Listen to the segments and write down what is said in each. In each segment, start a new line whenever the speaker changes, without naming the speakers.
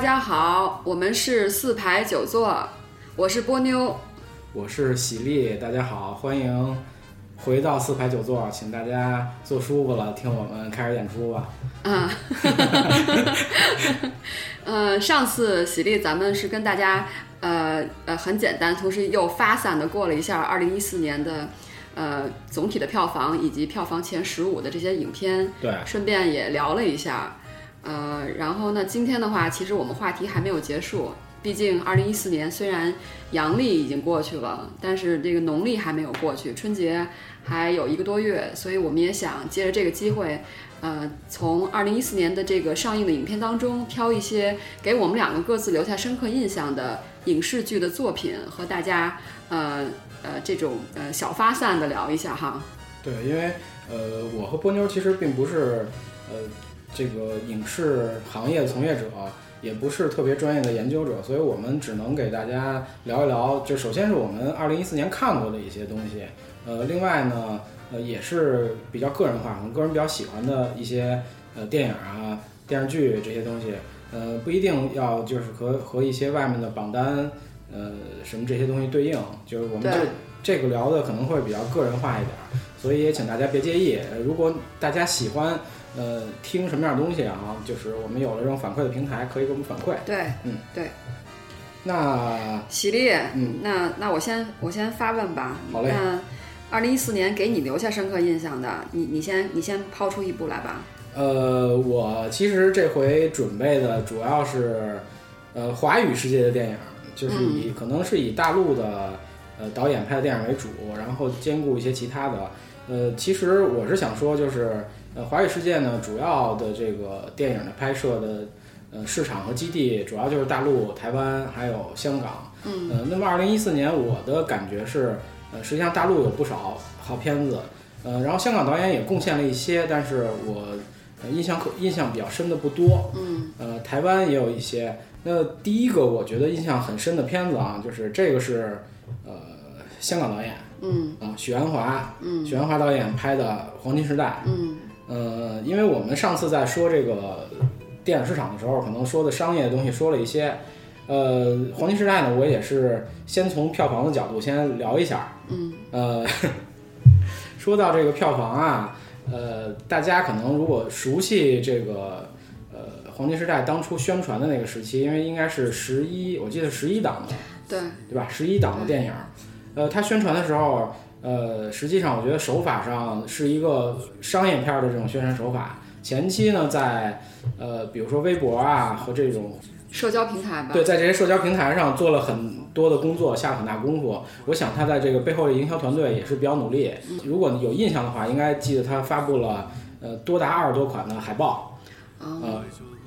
家好，我们是四排九座，我是波妞。
我是喜力，大家好，欢迎回到四排九座，请大家坐舒服了，听我们开始演出吧。
嗯， 呃，上次喜力咱们是跟大家呃呃很简单，同时又发散的过了一下二零一四年的呃总体的票房以及票房前十五的这些影片，
对，
顺便也聊了一下。呃，然后呢，今天的话，其实我们话题还没有结束，毕竟二零一四年虽然阳历已经过去了，但是这个农历还没有过去，春节还有一个多月，所以我们也想借着这个机会，呃，从二零一四年的这个上映的影片当中，挑一些给我们两个各自留下深刻印象的影视剧的作品，和大家呃呃这种呃小发散的聊一下哈。
对，因为呃，我和波妞其实并不是呃这个影视行业从业者，也不是特别专业的研究者，所以我们只能给大家聊一聊。就首先是我们二零一四年看过的一些东西，呃，另外呢，呃，也是比较个人化，我们个人比较喜欢的一些呃电影啊、电视剧这些东西，呃，不一定要就是和和一些外面的榜单。呃，什么这些东西对应，就是我们
对
这这个聊的可能会比较个人化一点，所以也请大家别介意。呃如果大家喜欢呃听什么样的东西啊，就是我们有了这种反馈的平台，可以给我们反馈。
对，
那
喜力，
嗯，
那那我先我先发问吧。
好嘞
那二零一四年给你留下深刻印象的，你你先你先抛出一部来吧。
呃，我其实这回准备的主要是呃华语世界的电影，就是以、可能是以大陆的呃导演拍的电影为主，然后兼顾一些其他的。呃，其实我是想说，就是呃华语世界呢，主要的这个电影的拍摄的呃市场和基地，主要就是大陆、台湾还有香港。嗯，呃，那么二零一四年我的感觉是，呃，实际上大陆有不少好片子。呃，然后香港导演也贡献了一些，但是我呃，印象可印象比较深的不多。嗯，呃，台湾也有一些。那第一个我觉得印象很深的片子啊，就是这个是呃香港导演，嗯啊、许鞍华，嗯，许鞍华导演拍的《黄金时代》，
嗯，
呃，因为我们上次在说这个电影市场的时候，可能说的商业的东西说了一些。呃，《黄金时代》呢，我也是先从票房的角度先聊一下。嗯。呃， 说到这个票房啊，呃，大家可能如果熟悉这个呃《黄金时代》当初宣传的那个时期，因为应该是十一，我记得十一档的，
对，
对吧？十一档的电影，呃，它宣传的时候，呃，实际上我觉得手法上是一个商业片儿的这种宣传手法。前期呢，在呃，比如说微博啊和这种
社交平台吧。
对，在这些社交平台上做了很多的工作，下了很大功夫。我想他在这个背后的营销团队也是比较努力。如果你有印象的话，应该记得他发布了呃多达二十多款的海报，呃，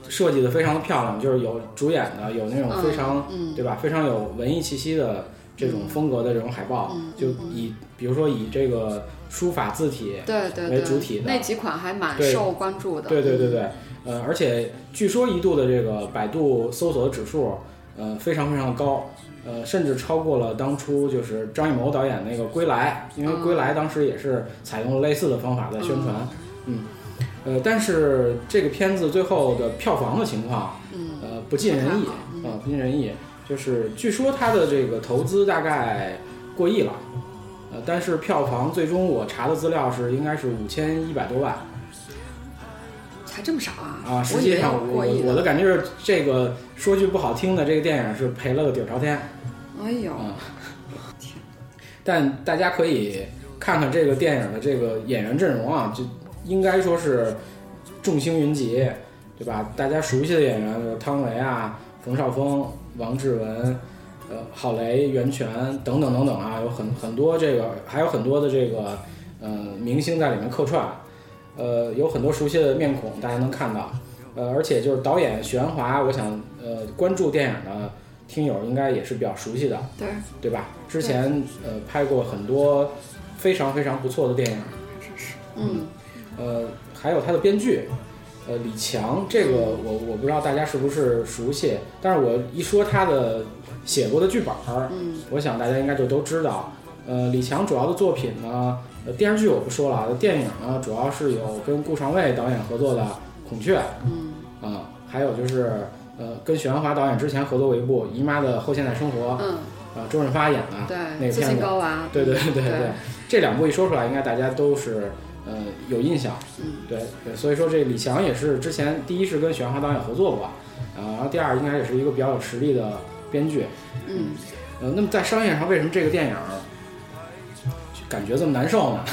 设计的非常的漂亮，就是有主演的，有那种非常、对吧，非常有文艺气息的这种风格的这种海报，就以比如说以这个书法字体，
对对
为
对，
主体的
那几款还蛮
对
受关注的。
对对对对，呃，而且据说一度的这个百度搜索的指数，呃，非常非常的高，呃，甚至超过了当初就是张艺谋导演那个《归来》，因为《归
嗯
来》当时也是采用了类似的方法在宣传，嗯，呃，但是这个片子最后的票房的情况，
嗯
呃，不尽人意
不太好，
呃，不尽人意，就是据说它的这个投资大概过亿了。呃，但是票房最终我查的资料是应该是五千一百多万，
才这么少啊？
啊，
我
实
以
际
为
上
要
我
过亿
我
的。
的感觉是，这个说句不好听的，这个电影是赔了个底儿朝天。
哎呦，
啊但大家可以看看这个电影的这个演员阵容啊，就应该说是众星云集，对吧？大家熟悉的演员有汤唯啊、冯绍峰、王志文、呃郝蕾、袁泉等等等等啊，有很很多这个，还有很多的这个呃明星在里面客串，呃，有很多熟悉的面孔，大家能看到。呃，而且就是导演许鞍华，我想呃关注电影的听友应该也是比较熟悉的。
对，
对吧？之前呃拍过很多非常非常不错的电影，
嗯，
呃，还有他的编剧，呃，李强，这个我我不知道大家是不是熟悉，但是我一说他的写过的剧本儿，
嗯，
我想大家应该就都知道。呃，李强主要的作品呢，呃，电视剧我不说了，啊，电影呢主呃要是有跟顾长卫导演合作的《孔雀》，嗯，啊、还有就是呃，跟许鞍华导演之前合作过一部《姨妈的后现代生活》，
嗯，
啊，周润发演的，那
对，
个
自
片
信
子
高娃，
对对对对
对
这两部一说出来，应该大家都是呃有印象。
嗯，
对对，所以说这李翔也是之前第一是跟许鞍华导演合作过，呃，然后第二应该也是一个比较有实力的编剧。
嗯，
呃，那么在商业上，为什么这个电影儿感觉这么难受呢？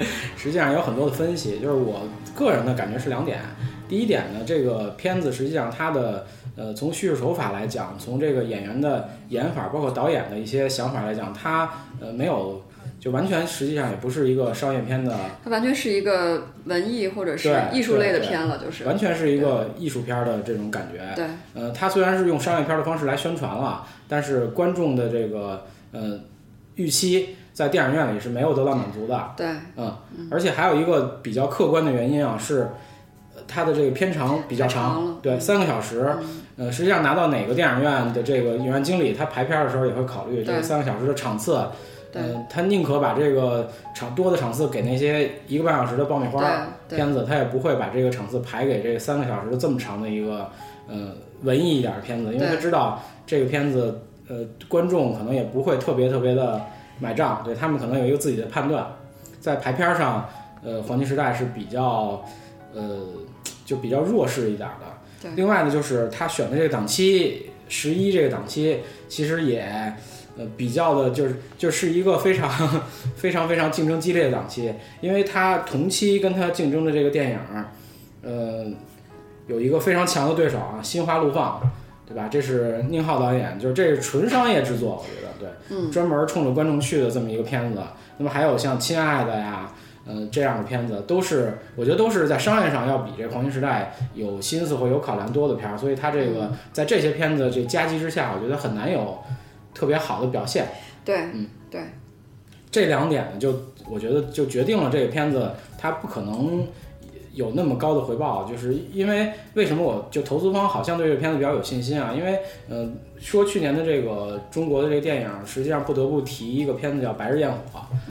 实际上有很多的分析，就是我个人的感觉是两点。第一点呢，这个片子实际上它的呃，从叙事手法来讲，从这个演员的演法，包括导演的一些想法来讲，它呃没有就完全实际上也不是一个商业片的，
它完全是一个文艺或者是
对
艺术类的
对对
片了，就是，
完全是一个艺术片儿的这种感觉。
对，
呃，它虽然是用商业片的方式来宣传了，但是观众的这个呃预期在电影院里是没有得到满足的。
对，
嗯，而且还有一个比较客观的原因啊，是呃它的这个片长比较
太
长，
长了嗯
对，三个小时。呃，实际上拿到哪个电影院的这个影院经理，他排片的时候也会考虑这
对
个三个小时的场次。
对
嗯，他宁可把这个场多的场次给那些一个半小时的爆米花儿，
对，对，
片子，他也不会把这个场次排给这三个小时的这么长的一个呃文艺一点的片子，因为
对
他知道这个片子呃观众可能也不会特别特别的买账，对他们可能有一个自己的判断，在排片上，呃，黄金时代是比较呃就比较弱势一点的
对。
另外呢，就是他选的这个档期十一这个档期，其实也。呃，比较的就是就是一个非常 非常非常竞争激烈的档期，因为他同期跟他竞争的这个电影儿，呃，有一个非常强的对手啊，《心花怒放》，对吧？这是宁浩导演，就是这是纯商业制作，我觉得对，
嗯
专门冲着观众去的这么一个片子。那么还有像《亲爱的》呀，呃，这样的片子都是，我觉得都是在商业上要比这《黄金时代》有心思或有考量多的片儿，所以它这个在这些片子这夹击之下，我觉得很难有特别好的表现。
对，
这两点呢，就我觉得就决定了这个片子它不可能有那么高的回报，就是因为为什么我就投资方好像对这个片子比较有信心啊？因为嗯、呃说去年的这个中国的这个电影，实际上不得不提一个片子叫《白日焰火》，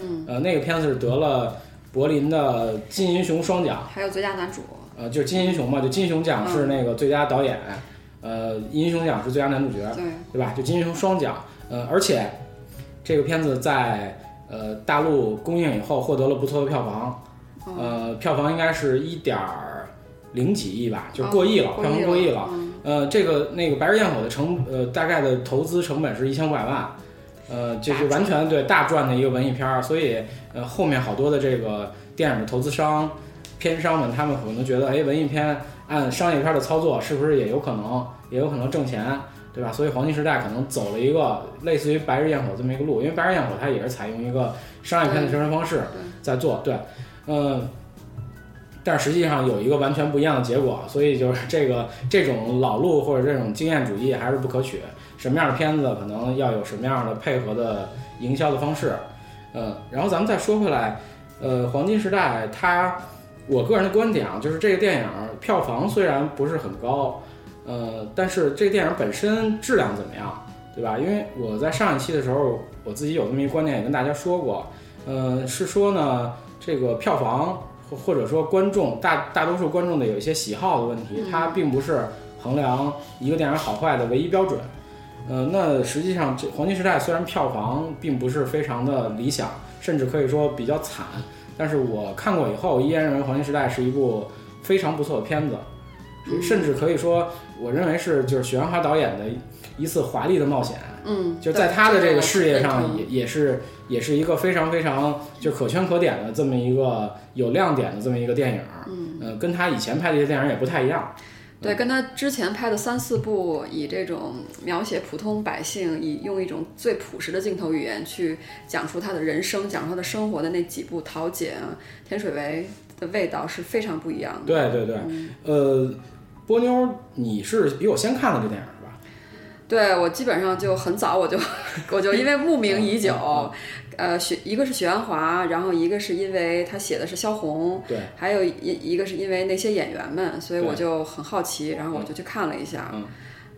嗯，
呃，那个片子是得了柏林的金银熊双奖。
还有最佳男主，
呃，就是金银熊嘛，就金熊奖是那个最佳导演，呃，银熊奖是最佳男主角，
对，
对吧？就金熊双奖，呃，而且这个片子在呃大陆公映以后获得了不错的票房，
嗯，
呃，票房应该是一点儿零几亿吧，就是过亿了，
哦
票房过亿了。
嗯
呃，这个那个《白日焰火》的成呃大概的投资成本是一千五百万，呃，这是完全对大赚的一个文艺片儿，所以呃后面好多的这个电影的投资商、片商们，他们可能觉得，哎，文艺片按商业片的操作是不是也有可能也有可能挣钱，对吧？所以黄金时代可能走了一个类似于《白日焰火》这么一个路，因为《白日焰火》它也是采用一个商业片的宣传方式
对
在做，对，嗯、但实际上有一个完全不一样的结果，所以就是这个这种老路或者这种经验主义还是不可取。什么样的片子可能要有什么样的配合的营销的方式，呃，然后咱们再说回来，呃，黄金时代它，我个人的观点啊，就是这个电影票房虽然不是很高，呃，但是这个电影本身质量怎么样，对吧？因为我在上一期的时候，我自己有这么一个观点也跟大家说过，呃，是说呢，这个票房或或者说观众大大多数观众的有一些喜好的问题
嗯，
它并不是衡量一个电影好坏的唯一标准。呃，那实际上这《黄金时代》虽然票房并不是非常的理想，甚至可以说比较惨，但是我看过以后依然认为《黄金时代》是一部非常不错的片子，
嗯
甚至可以说，我认为是就是许鞍华导演的一次华丽的冒险。
嗯，
就
对
在他的这个事业
这
上
个
也也是也是一个非常非常就可圈可点的这么一个有亮点的这么一个电影，
嗯，
呃，跟他以前拍的一些电影也不太一样，
对，跟他之前拍的三四部以这种描写普通百姓，以用一种最朴实的镜头语言去讲述他的人生，讲述他的生活的那几部《桃姐》啊，《天水围》的味道是非常不一样的。
对对对，呃，波妞，你是比我先看了这电影是吧？
对我基本上就很早我就 我就因为慕名已
嗯
久，呃，许一个是许鞍华，然后一个是因为他写的是萧红，
对，
还有一一个是因为那些演员们，所以
对
我就很好奇，然后我就去看了一下，
嗯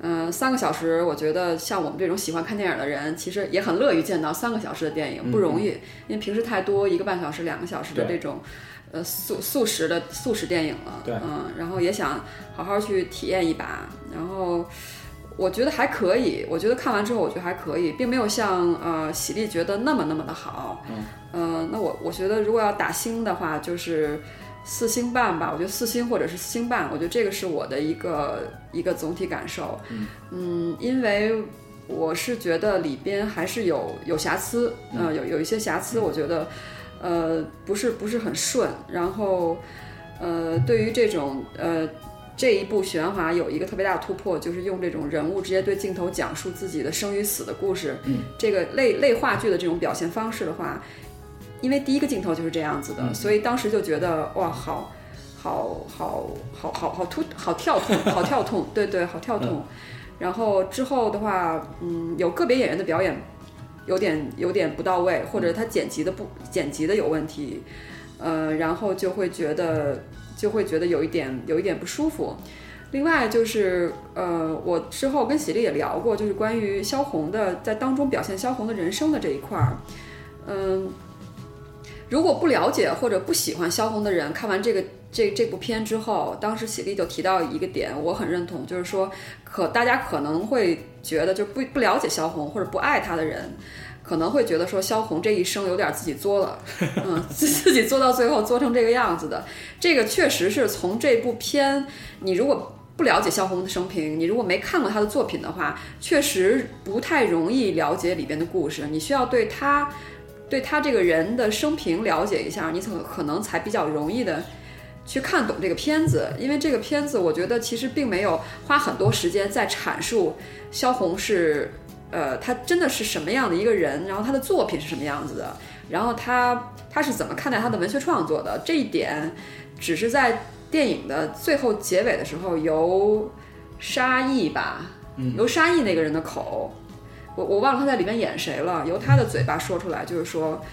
嗯、三个小时，我觉得像我们这种喜欢看电影的人，其实也很乐于见到三个小时的电影，不容易，因为平时太多一个半小时、两个小时的
嗯对
这种，呃速速食的速食电影了。
对
嗯，然后也想好好去体验一把，然后。我觉得还可以，我觉得看完之后，我觉得还可以，并没有像呃喜力觉得那么那么的好。嗯，呃，那我我觉得如果要打星的话，就是四星半吧，我觉得四星或者是四星半，我觉得这个是我的一个一个总体感受。嗯，因为我是觉得里边还是有有瑕疵，呃，有有一些瑕疵，我觉得，呃，不是不是很顺。然后，呃，对于这种呃这一部《玄华》有一个特别大的突破，就是用这种人物直接对镜头讲述自己的生与死的故事。
嗯，
这个类类话剧的这种表现方式的话，因为第一个镜头就是这样子的，所以当时就觉得哇，好。好好好好好突好跳痛，好跳痛，对对，好跳痛。然后之后的话，嗯，有个别演员的表演有点有点不到位，或者他剪辑的不剪辑的有问题，呃，然后就会觉得就会觉得有一点有一点不舒服。另外就是，呃，我之后跟喜力也聊过，就是关于萧红的在当中表现萧红的人生的这一块儿，嗯，如果不了解或者不喜欢萧红的人，看完这个这这部片之后，当时喜力就提到一个点，我很认同，就是说可大家可能会觉得就不不了解萧红或者不爱她的人。可能会觉得说萧红这一生有点自己作了，嗯，自自己作到最后作成这个样子的，这个确实是从这部片，你如果不了解萧红的生平，你如果没看过她的作品的话，确实不太容易了解里边的故事。你需要对她，对她这个人的生平了解一下，你可可能才比较容易的去看懂这个片子。因为这个片子，我觉得其实并没有花很多时间在阐述萧红是。呃，她真的是什么样的一个人？然后她的作品是什么样子的？然后她她是怎么看待她的文学创作的？这一点，只是在电影的最后结尾的时候，由沙溢吧，
嗯
由沙溢那个人的口，我我忘了他在里面演谁了，由他的嘴巴说出来，就是说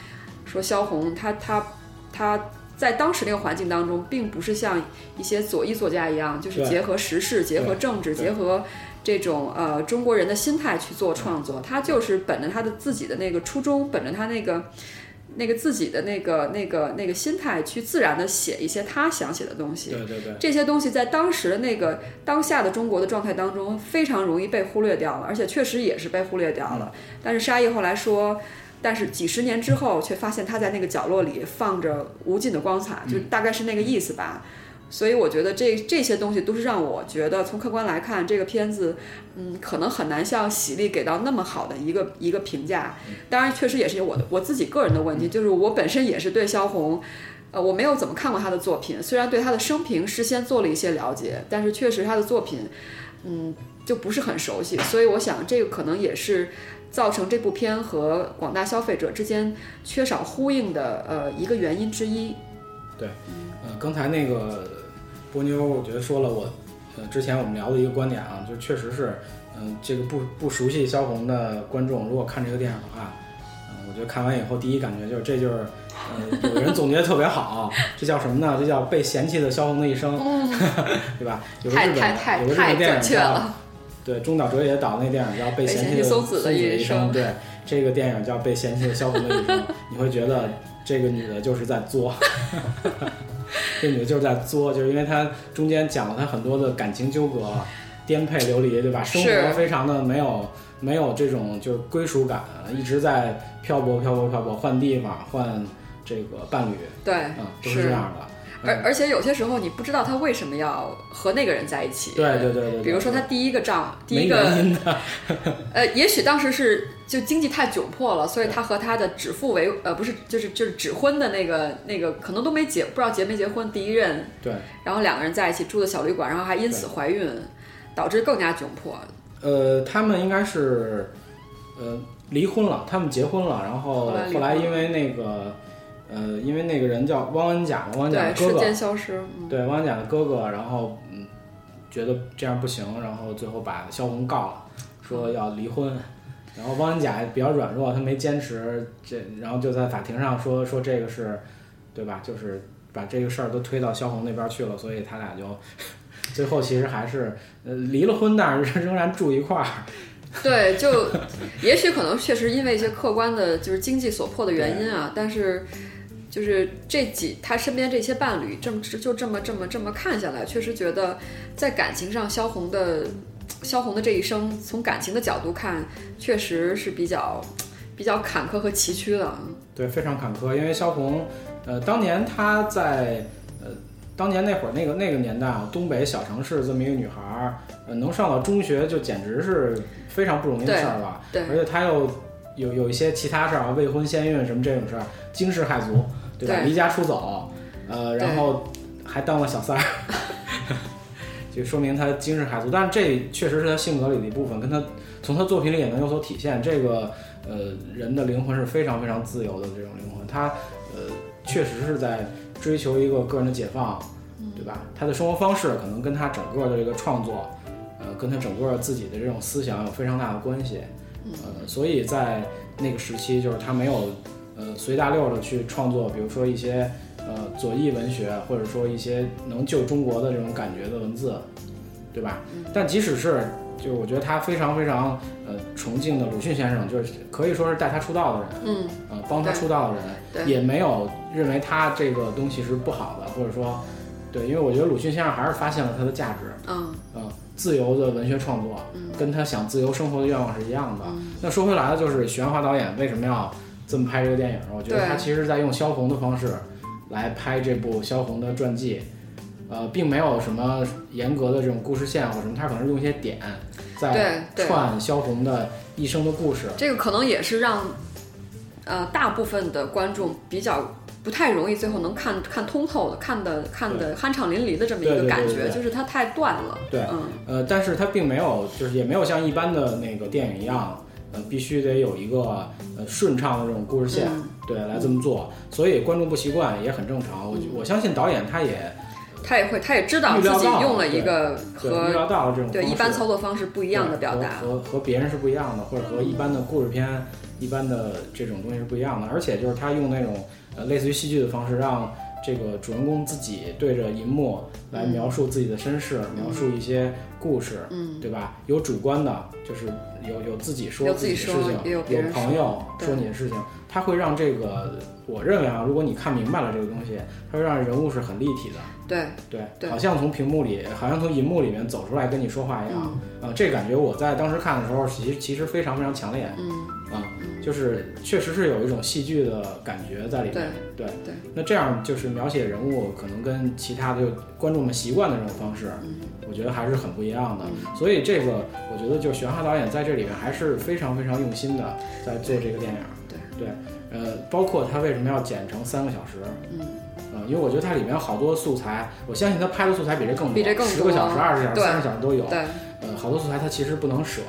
说萧红她她她在当时那个环境当中，并不是像一些左翼作家一样，就是
对
结合时事、结合政治、
对
结合。这种呃中国人的心态去做创
嗯
作，他就是本着他的自己的那个初衷，本着他那个那个自己的那个那个那个心态去自然的写一些他想写的东西。
对对对，
这些东西在当时的那个当下的中国的状态当中，非常容易被忽略掉了，而且确实也是被忽略掉了。但是沙溢后来说，但是几十年之后，却发现他在那个角落里放着无尽的光彩，就大概是那个意思吧。所以我觉得这这些东西都是让我觉得，从客观来看，这个片子，嗯，可能很难像喜力给到那么好的一个一个评价。当然，确实也是我的我自己个人的问题，就是我本身也是对萧红呃，我没有怎么看过他的作品，虽然对他的生平事先做了一些了解，但是确实他的作品，嗯，就不是很熟悉，所以我想这个可能也是造成这部片和广大消费者之间缺少呼应的呃一个原因之一。
呃，刚才那个波妞，我觉得说了我，呃，之前我们聊的一个观点啊，就确实是，嗯、这个不不熟悉萧红的观众，如果看这个电影的话，嗯、我觉得看完以后第一感觉就是这就是，呃，有人总结的特别好，啊这叫什么呢？这叫被嫌弃的萧红的一生， 对吧？有
嗯
个
太
日本
太太
有个日
太
本电影
准确
叫
了，
对，中岛哲也导那电影叫《
被
被
嫌
嫌
弃
弃的
松子的一
一
生
对，这个电影叫《被嫌弃的萧红的一生》，你会觉得这个女的就是在作，这女的就是在作，就是因为她中间讲了她很多的感情纠葛，颠沛流离，对吧？生
是
活非常的没有没有这种就是归属感，一直在漂泊漂泊漂泊，换地方换这个伴侣，
对
啊、，都是这
是。
样的。
而
嗯
而且有些时候你不知道他为什么要和那个人在一起。
对对对对对，
比如说他第一个丈，第一
没
个
原因的，
呃，也许当时是就经济太窘迫了，所以他和他的指腹为呃不是就是就是指婚的那个那个可能都没结，不知道结没结婚，第一任，
对。
然后两个人在一起住的小旅馆，然后还因此怀孕，导致更加窘迫。
呃，他们应该是呃离婚了，他们结婚了，然后
后来离
后来
婚
因为那个呃，因为那个人叫汪恩甲，汪恩甲的
对，
哥
瞬
哥，
间消失，嗯，
对汪恩甲的哥哥，然后嗯，觉得这样不行，然后最后把萧红告了，说要离婚。然后汪恩甲比较软弱，他没坚持，这然后就在法庭上说说这个是，对吧？就是把这个事儿都推到萧红那边去了，所以他俩就 最后其实还是呃离了婚，但是 仍然住一块儿。
对，就也许可能确实因为一些客观的，就是经济所迫的原因啊，但是就是这几他身边这些伴侣，这么就这么这么这么看下来，确实觉得在感情上，萧红的萧红的这一生，从感情的角度看，确实是比较比较坎坷和崎岖嗯的。
对，非常坎坷，因为萧红，呃，当年她在呃当年那会儿那个那个年代啊，东北小城市这么一个女孩儿，呃，能上到中学就简直是非常不容易的事儿了。
对
而且她又有有一些其他事儿啊，未婚先孕什么这种事儿，惊世骇俗，对吧？
对
离家出走，呃，然后还当了小三儿， 就说明她惊世骇俗。但是这确实是她性格里的一部分，跟她从她作品里也能有所体现。这个呃，人的灵魂是非常非常自由的这种灵魂，她呃，确实是在追求一个个人的解放，对吧？她的生活方式可能跟她整个的这个创作，呃，跟她整个自己的这种思想有非常大的关系。呃，所以在那个时期，就是她没有呃随大溜的去创作，比如说一些呃左翼文学，或者说一些能救中国的这种感觉的文字，对吧？
嗯
但即使是就是我觉得她非常非常呃崇敬的鲁迅先生，就是可以说是带她出道的人，
嗯，
呃，帮他出道的
对
人，也没有认为他这个东西是不好的，或者说，对，因为我觉得鲁迅先生还是发现了他的价值，
嗯，
嗯、自由的文学创作，跟他想自由生活的愿望是一样的。
嗯
那说回来了，就是许鞍华导演为什么要这么拍这个电影？我觉得
对
他其实在用萧红的方式来拍这部萧红的传记，呃，并没有什么严格的这种故事线或什么，他可能是用一些点在
对对。
串萧红的一生的故事。
这个可能也是让，呃，大部分的观众比较不太容易最后能看看通透的、看的看的酣畅淋漓的这么一个
对对对
感
对
觉，
对
就是它太断了。
对
嗯，
呃，但是它并没有，就是也没有像一般的那个电影一样，呃，必须得有一个呃顺畅的这种故事线，
嗯
对，来这么做，所以观众不习惯也很正常。我
嗯
我相信导演他也
他也会，他也知道
预
自
料
己
到
用了一个
对预
和
料到了这种
对
方
一般
式
操作方式不一样的表达。
对和和和别人是不一样的，或者和一般的故事片、一般的这种东西是不一样的。而且就是他用那种呃类似于戏剧的方式，让这个主人公自己对着银幕来描述自己的身世，描述一些故事，
嗯，
对吧？有主观的，就是有有自己说
有自己
己的事
说
情，
也有
有
别人
朋友
对
说你的事情，他会让这个我认为啊，如果你看明白了这个东西，它会让人物是很立体的。
对，
对，
对
好像从屏幕里，好像从银幕里面走出来跟你说话一样。啊、
嗯
这感觉我在当时看的时候，其实其实非常非常强烈。
嗯，
啊、就是确实是有一种戏剧的感觉在里面。对
对
那这样就是描写人物，可能跟其他的就观众们习惯的这种方式，
嗯
我觉得还是很不一样的。所以这个我觉得就玄华导演在这里面还是非常非常用心的在做这个电影。
对
对，呃，包括他为什么要剪成三个小时，
嗯
呃，因为我觉得它里面好多素材，我相信他拍的素材比这更多，
比这更多
十个小时、二十小时、
对
三十小时都有。
对，
呃，好多素材它其实不能舍，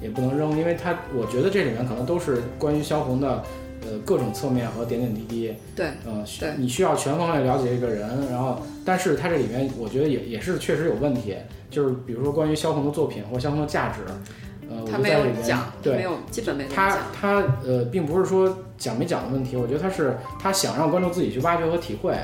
也不能扔，因为它我觉得这里面可能都是关于萧红的呃各种侧面和点点滴滴。
对，
嗯、需
对
你需要全方位了解一个人，然后，但是它这里面我觉得也也是确实有问题，就是比如说关于萧红的作品或萧红的价值，呃，我
他
就
没
在里
有
面
讲，他
对
没有，基本没怎么
他
讲。
他呃，并不是说讲没讲的问题，我觉得他是他想让观众自己去挖掘和体会，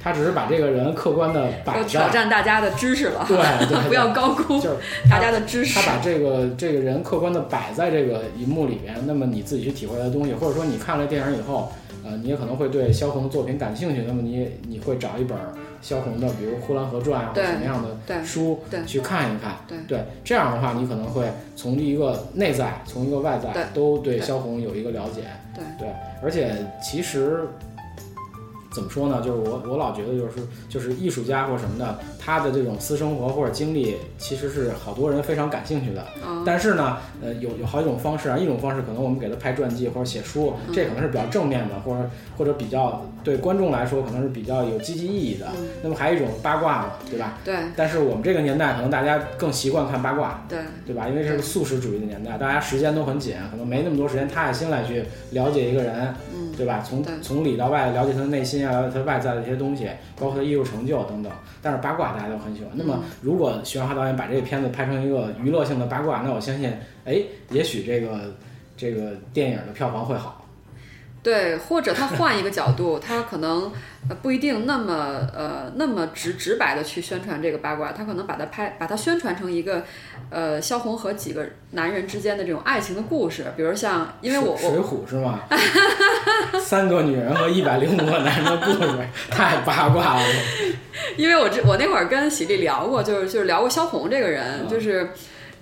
他只是把这个人客观的摆
要挑
在，
战大家的知识了，
对 对对，
不要高估
就是
大家的知识
他。把这个这个人客观的摆在这个荧幕里边，那么你自己去体会他的东西，或者说你看了电影以后，呃，你也可能会对萧红的作品感兴趣，那么你也你会找一本萧红的，比如《呼兰河传》啊，或
对
者什么样
对
的书
对
去看一看。
对
这样的话，你可能会从一个内在，从一个外在，
对
都对
对
萧红有一个了解。
对
而且其实怎么说呢，就是我我老觉得就是就是艺术家或什么的，他的这种私生活或者经历，其实是好多人非常感兴趣的。
嗯
但是呢，呃，有有好几种方式啊，一种方式可能我们给他拍传记或者写书，
嗯
这可能是比较正面的，或者或者比较对观众来说可能是比较有积极意义的。
嗯
那么还有一种八卦嘛，对吧？
对
但是我们这个年代可能大家更习惯看八卦，
对
对吧？因为这是素食主义的年代，大家时间都很紧，可能没那么多时间踏下心来去了解一个人，
嗯
对吧？从
对
从里到外了解他的内心啊，了解他外在的一些东西，包括他艺术成就等等。但是八卦大家都很喜欢。那
嗯
么，如果徐浩导演把这个片子拍成一个娱乐性的八卦，那我相信，哎，也许这个这个电影的票房会好。
对，或者他换一个角度，他可能呃不一定那么呃那么直直白的去宣传这个八卦，他可能把它拍把它宣传成一个呃萧红和几个男人之间的这种爱情的故事，比如像因为我
水
我
水浒是吗？ 三个女人和一百零五个男人的故事，太八卦了。
因为我这我那会儿跟喜力聊过，就是就是聊过萧红这个人，
嗯
就是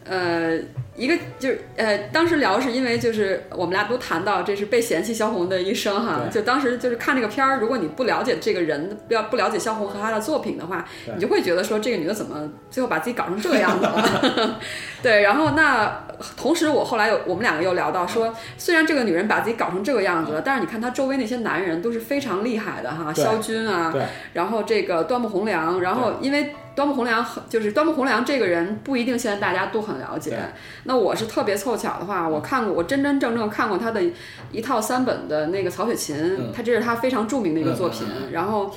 呃一个就是呃当时聊是因为就是我们俩都谈到这是被嫌弃萧红的一生哈，
对
就当时就是看这个片儿，如果你不了解这个人，不要不了解萧红和她的作品的话，
对
你就会觉得说这个女的怎么最后把自己搞成这个样子 了？对，然后那同时我后来有我们两个又聊到说，
嗯
虽然这个女人把自己搞成这个样子了，但是你看她周围那些男人都是非常厉害的哈，
对
萧军啊
对，
然后这个端木蕻良，然后因为。端木蕻良很就是端木蕻良这个人不一定现在大家都很了解
对，
那我是特别凑巧的
嗯
话，我看过我真真正正看过他的一套三本的那个《曹雪芹》
嗯
他这是他非常著名的一个作品。
嗯嗯
然后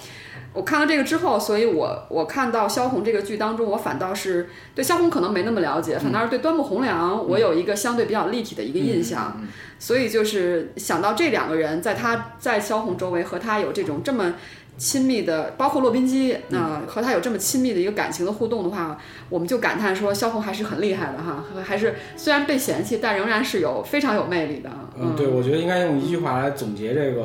我看了这个之后，所以我我看到萧红这个剧当中，我反倒是对萧红可能没那么了解，
嗯
反倒是对端木蕻良我有一个相对比较立体的一个印象。所以就是想到这两个人在他在萧红周围和他有这种这么。亲密的，包括洛宾基，
嗯
啊、和他有这么亲密的一个感情的互动的话，我们就感叹说萧红还是很厉害的哈，还是虽然被嫌弃，但仍然是有非常有魅力的。
嗯，对，我觉得应该用一句话来总结这个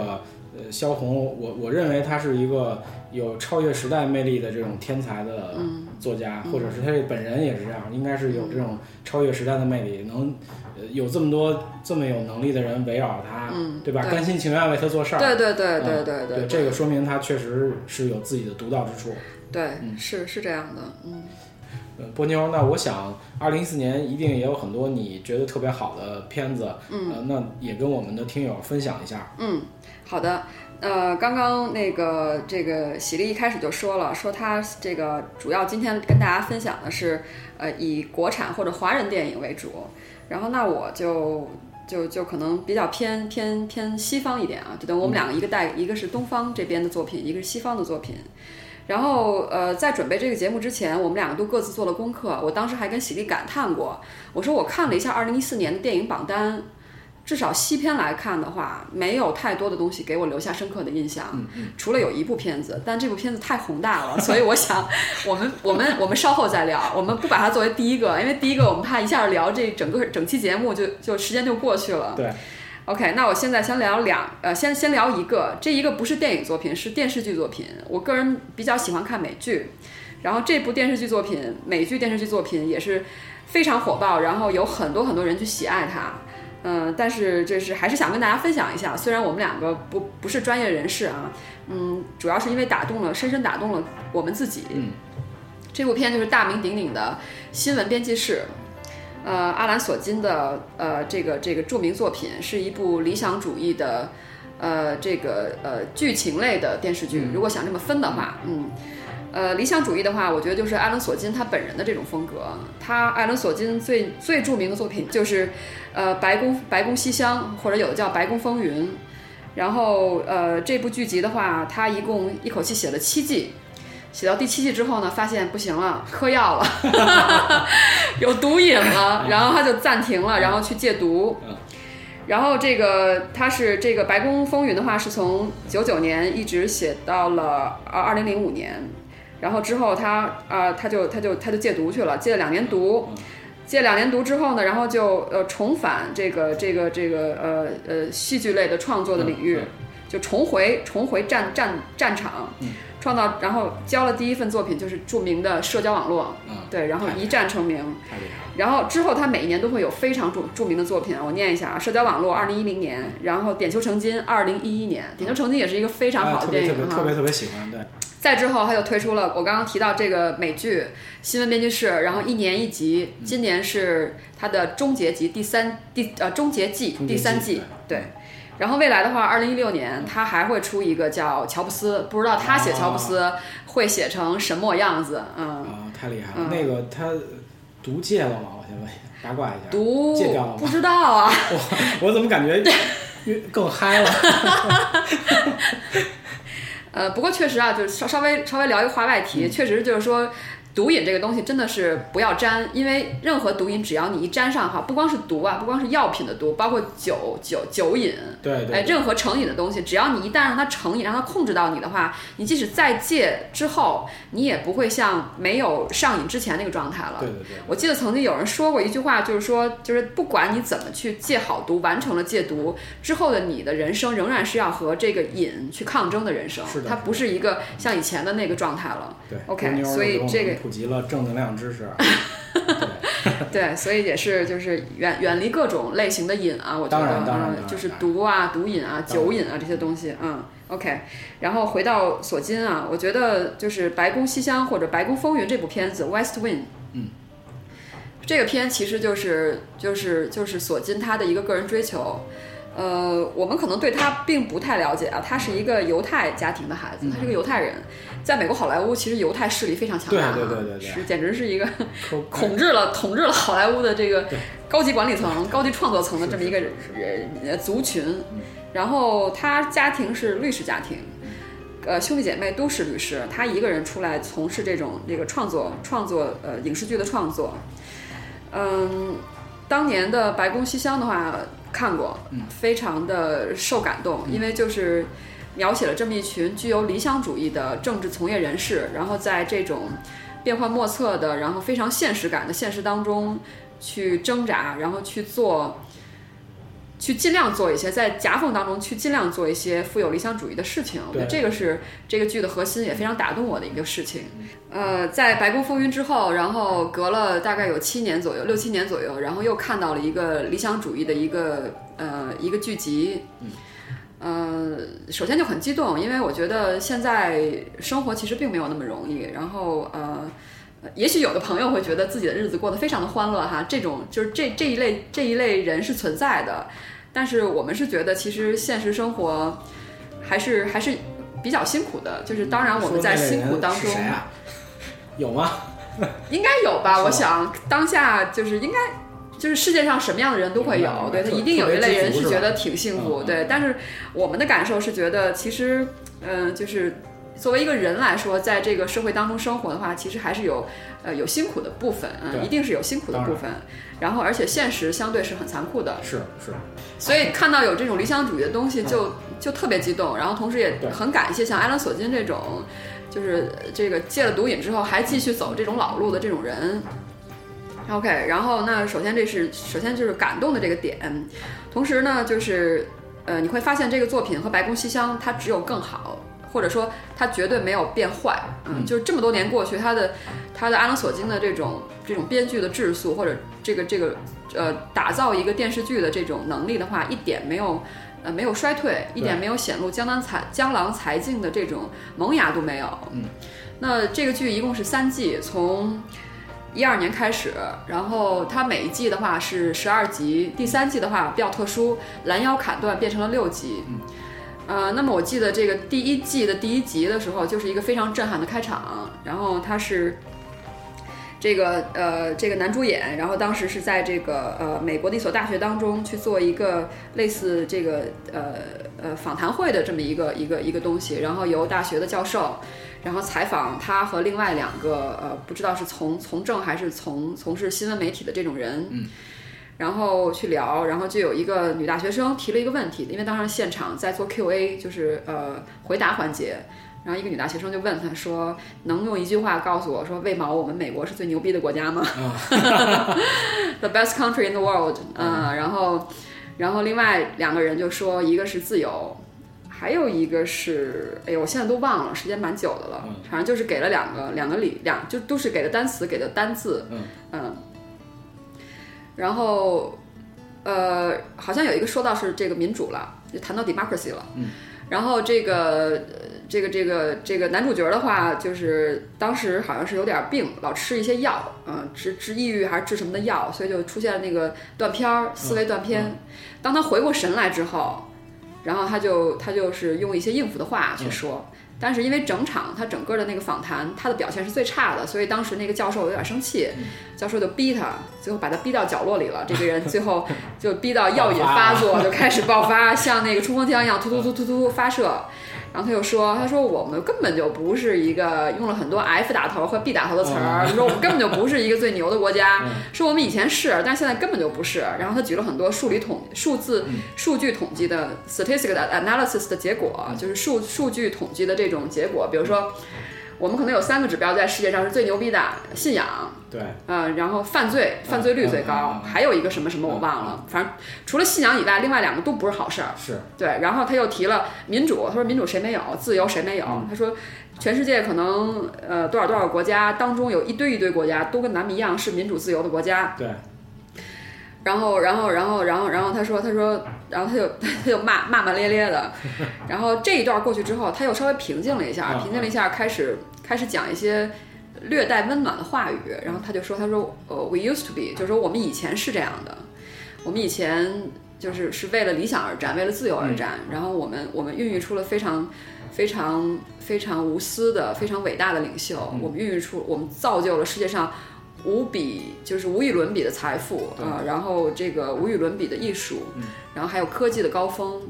呃萧红，我我认为她是一个有超越时代魅力的这种天才的作家，或者是她本人也是这样，应该是有这种超越时代的魅力，能呃有这么多这么有能力的人围绕她，
嗯
对吧？
对
甘心情愿为她做事儿，
对对对
嗯
对对
对这个说明她确实是有自己的独到之处。
对，是是这样的，嗯
呃，波妞，那我想，二零一四年一定也有很多你觉得特别好的片子，嗯、那也跟我们的听友分享一下。
嗯，好的。呃，刚刚那个这个喜力一开始就说了，说他这个主要今天跟大家分享的是，呃，以国产或者华人电影为主。然后那我就就就可能比较偏偏偏西方一点啊，就等于我们两个一个带、一个是东方这边的作品，一个是西方的作品。然后呃，在准备这个节目之前，我们两个都各自做了功课。我当时还跟喜力感叹过，我说我看了一下2014年的电影榜单，至少西片来看的话，没有太多的东西给我留下深刻的印象，除了有一部片子，但这部片子太宏大了，所以我想我们我们我们稍后再聊，我们不把它作为第一个，因为第一个我们怕一下聊这整个整期节目就就时间就过去了。
对。
OK，那我现在先聊两，呃，先先聊一个，这一个不是电影作品，是电视剧作品。我个人比较喜欢看美剧，然后这部电视剧作品，美剧电视剧作品也是非常火爆，然后有很多很多人去喜爱它。嗯、但是这是还是想跟大家分享一下，虽然我们两个不不是专业人士啊，嗯，主要是因为打动了，深深打动了我们自己。
嗯
这部片就是大名鼎鼎的新闻编辑室。呃，阿兰索金的呃这个这个著名作品是一部理想主义的呃这个呃剧情类的电视剧，如果想这么分的话，嗯。呃，理想主义的话，我觉得就是艾伦·索金他本人的这种风格。他艾伦·索金最最著名的作品就是，呃，《白宫白宫西厢》，或者有的叫《白宫风云》。然后，呃，这部剧集的话，他一共一口气写了七季，写到第七季之后呢，发现不行了，嗑药了， 有毒瘾 了，然后他就暂停了，然后去戒毒
嗯。
然后这个他是这个《白宫风云》的话，是从九九年一直写到了呃二零零五年，然后之后他啊、呃他就他就他就戒毒去了，戒了两年毒，
嗯
戒两年毒之后呢，然后就呃重返这个这个这个呃呃戏剧类的创作的领域，
嗯嗯嗯
就重回重回战战战场，创造，然后交了第一份作品就是著名的社交网络，
嗯，
对，然后一战成名，
太厉害了。
然后之后他每一年都会有非常著著名的作品啊，我念一下啊，《社交网络》二零一零年，然后《点球成金》二零一一年，《点球成金》也是一个非常
啊
好的
特
电
别
影
特别
哈
特。别特别喜欢，对，
再之后，他又推出了我刚刚提到这个美剧《新闻编辑室》，然后一年一集，今年是它的终结集第三第呃终结季
终结
第三
季
季，对。然后未来的话，二零一六年他还会出一个叫乔布斯，不知道他写乔布斯会写成什么样子，嗯。
啊，太厉害
嗯
了。那个他毒戒了吗？我先问一下，八卦一下。
读
戒掉了吗
不知道啊，
我 怎么感觉越更嗨 了？嗯
呃，不过确实啊，就是稍稍微稍微聊一个话外题，确实就是说，毒瘾这个东西真的是不要沾，因为任何毒瘾只要你一沾上哈，不光是毒啊，不光是药品的毒，包括酒酒酒瘾，
对
哎，
对，
任何成瘾的东西，只要你一旦让它成瘾，让它控制到你的话，你即使再戒之后，你也不会像没有上瘾之前那个状态了。
对对对，
我记得曾经有人说过一句话，就是说，就是不管你怎么去戒好毒，完成了戒毒之后的你的人生，仍然是要和这个瘾去抗争的人生。
是的
它不是一个像以前的那个状态了。
对
OK，
蜗牛
所以
给我们
这个
普及了正能量知识 啊。
对，所以也是就是远远离各种类型的瘾啊，我觉
当
得，
然当然
嗯，
当
就是
然
毒啊、毒瘾啊、
当然
酒瘾啊这些东西，嗯，OK。然后回到索金啊，我觉得就是《白宫西厢》或者《白宫风云》这部片子《West Wing》，
嗯，
这个片其实就是就是就是索金他的一个个人追求。呃，我们可能对他并不太了解啊，他是一个犹太家庭的孩子，他是一个
嗯
犹太人，在美国好莱坞其实犹太势力非常强
对
大啊，
对对对对对
是简直是一个
抠
统治了统治了好莱坞的这个
对
高级管理层、高级创作层的这么一个
是
人呃族群。然后他家庭是律师家庭，呃，兄弟姐妹都是律师，他一个人出来从事这种这个创作、创作呃影视剧的创作。嗯，当年的《白宫西厢》的话看过，非常的受感动，因为就是描写了这么一群具有理想主义的政治从业人士，然后在这种变幻莫测的，然后非常现实感的现实当中去挣扎，然后去做，去尽量做一些在夹缝当中去尽量做一些富有理想主义的事情。我觉得
对
这个是这个剧的核心，也非常打动我的一个事情。呃，在《白宫风云》之后，然后隔了大概有七年左右，六七年左右，然后又看到了一个理想主义的一个呃一个剧集，呃，首先就很激动，因为我觉得现在生活其实并没有那么容易。然后呃，呃也许有的朋友会觉得自己的日子过得非常的欢乐哈，这种就是这这一类这一类人是存在的，但是我们是觉得其实现实生活还是还是比较辛苦的。就是 当然我们在
说那类
辛苦
人
当
是
中
谁啊？有吗？
应该有吧？
是吧
我想当下就是应该。就是世界上什么样的人都会有
明白，明白
对他
特
一定有一类人是觉得挺幸
特别知足
福，
是吧嗯
对。但是我们的感受是觉得，其实，嗯、就是作为一个人来说，在这个社会当中生活的话，其实还是有，呃，有辛苦的部分，嗯、
对
一定是有辛苦的部分。然后，而且现实相对是很残酷的，
是是，
所以看到有这种理想主义的东西就，就、特别激动，然后同时也
对
很感谢像艾伦·索金这种，就是这个戒了毒瘾之后还继续走这种老路的这种人。OK，然后那首先这是首先就是感动的这个点，同时呢就是呃你会发现这个作品和《白宫西厢》它只有更好，或者说它绝对没有变坏，嗯，就是这么多年过去，它的它的阿伦·索金的这种这种编剧的质素或者这个这个呃打造一个电视剧的这种能力的话，一点没有呃没有衰退，一点没有显露江南才江郎才尽的这种萌芽都没有。
嗯，
那这个剧一共是三季，从一二年开始，然后它每一季的话是十二集，第三季的话比较特殊，拦腰砍断变成了六集。
嗯
呃，那么我记得这个第一季的第一集的时候，就是一个非常震撼的开场。然后它是这个呃这个男主演，然后当时是在这个呃美国的一所大学当中去做一个类似这个呃呃访谈会的这么一个一个一个东西，然后由大学的教授。然后采访他和另外两个呃，不知道是从从政还是从从事新闻媒体的这种人，
嗯，
然后去聊，然后就有一个女大学生提了一个问题，因为当时现场在做 Q&A，就是呃回答环节，然后一个女大学生就问他说：“能用一句话告诉我说为毛我们美国是最牛逼的国家吗、t
啊
h e best country in the world。”嗯，然后然后另外两个人就说，一个是自由。还有一个是，哎呦，我现在都忘了，时间蛮久的了。
嗯
反正就是给了两个两个理两，就都是给的单词，给的单字。
嗯
然后，呃，好像有一个说到是这个民主了，就谈到 democracy 了。
嗯。
然后这个呃这个这个这个男主角的话，就是当时好像是有点病，老吃一些药，嗯，治治抑郁还是治什么的药，所以就出现那个断片儿，思维断片。当他回过神来之后，然后他就他就是用一些应付的话去说。但是因为整场他整个的那个访谈，他的表现是最差的，所以当时那个教授有点生气，教授就逼他，最后把他逼到角落里了。这个人最后就逼到药瘾发作，就开始爆发，像那个冲锋枪一样突突突突突发射。然后他就说，他说我们根本就不是一个用了很多 F 打头和 B 打头的词儿，说我们根本就不是一个最牛的国家，说我们以前是，但现在根本就不是。然后他举了很多数理统数字数据统计的 statistical analysis 的结果，就是数数据统计的这种结果，比如说。我们可能有三个指标在世界上是最牛逼的：信仰，
对，
呃，然后犯罪，犯罪率最高，还有一个什么什么我忘了。反正除了信仰以外，另外两个都不是好事儿。
是，
对，然后他又提了民主，他说民主谁没有，自由谁没有？他说全世界可能呃多少多少国家当中有一堆一堆国家都跟咱们一样是民主自由的国家，
对，
然后，然后，然后，然后，然后他说，他说，然后他就 他就骂骂骂咧咧的，然后这一段过去之后，他又稍微平静了一下，
嗯
平静了一下，开始开始讲一些略带温暖的话语，然后他就说，他说，呃，we used to be，就是说我们以前是这样的，我们以前就是是为了理想而战，为了自由而战，然后我们我们孕育出了非常非常非常无私的、非常伟大的领袖，我们孕育出，我们造就了世界上无比就是无与伦比的财富啊、然后这个无与伦比的艺术，然后还有科技的高峰。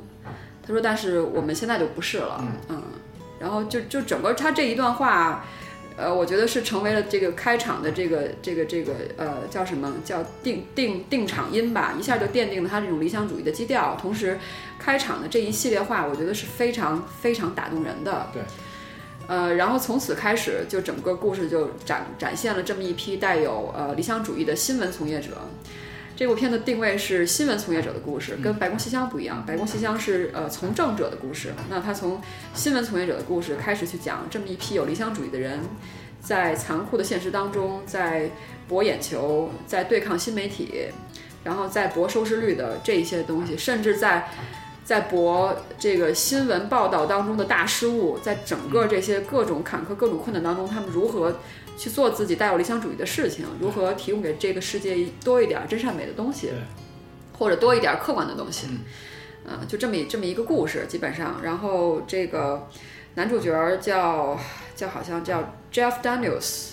他说，但是我们现在就不是了，嗯，然后就就整个他这一段话。呃，我觉得是成为了这个开场的这个这个这个呃叫什么叫定定定场音吧，一下就奠定了他这种理想主义的基调。同时，开场的这一系列话，我觉得是非常非常打动人的。
对。
呃，然后从此开始，就整个故事就展展现了这么一批带有呃理想主义的新闻从业者。这部片的定位是新闻从业者的故事，跟《白宫西厢》不一样。《白宫西厢》是呃从政者的故事，那他从新闻从业者的故事开始去讲这么一批有理想主义的人，在残酷的现实当中，在博眼球，在对抗新媒体，然后在博收视率的这一些东西，甚至在在博这个新闻报道当中的大失误，在整个这些各种坎坷、各种困难当中，他们如何去做自己带有理想主义的事情，如何提供给这个世界多一点真善美的东西
对，
或者多一点客观的东西。嗯、就这么一这么一个故事，基本上。然后这个男主角叫叫好像叫 Jeff Daniels，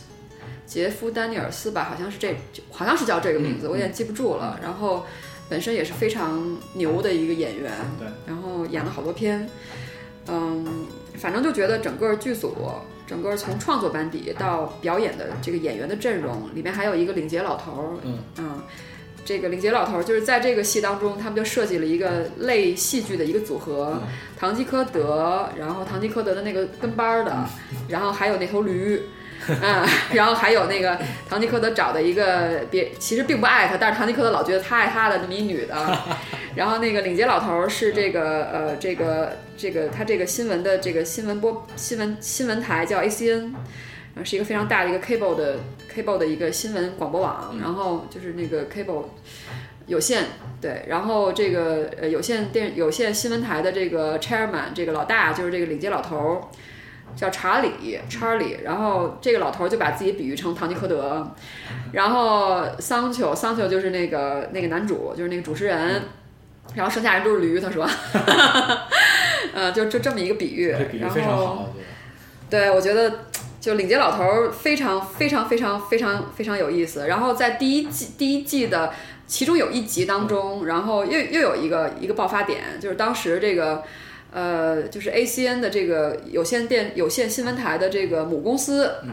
杰夫·丹尼尔斯吧，好像是这，好像是叫这个名字，我有点记不住了。然后本身也是非常牛的一个演员，
对，
然后演了好多片，嗯，反正就觉得整个剧组，整个从创作班底到表演的这个演员的阵容，里面还有一个领结老头儿，
嗯
这个领结老头儿就是在这个戏当中，他们就设计了一个类戏剧的一个组合，
嗯
唐吉诃德，然后唐吉诃德的那个跟班儿的，
嗯
然后还有那头驴，嗯，然后还有那个唐吉诃德找的一个别其实并不爱他，但是唐吉诃德老觉得他爱他的那么一女的，然后那个领结老头儿是这个呃这个这个他这个新闻的这个新闻播新闻新闻台叫 ACN，然后呃是一个非常大的一个 cable 的 cable 的一个新闻广播网，
嗯
然后就是那个 cable 有线对，然后这个呃有线电有线新闻台的这个 chairman 这个老大就是这个领结老头儿。叫查理，Charlie，然后这个老头儿就把自己比喻成唐吉诃德，然后桑丘，桑丘就是那个那个男主，就是那个主持
嗯
人，然后剩下人都是驴，他说， 呃，就就这么一个比喻，
这比喻
然后
非常好，我觉得。
对，我觉得就领结老头儿非常非常非常非常非常有意思。然后在第一季第一季的其中有一集当中，然后又又有一个一个爆发点，就是当时这个。呃，就是 ACN 的这个有线电有线新闻台的这个母公司，
嗯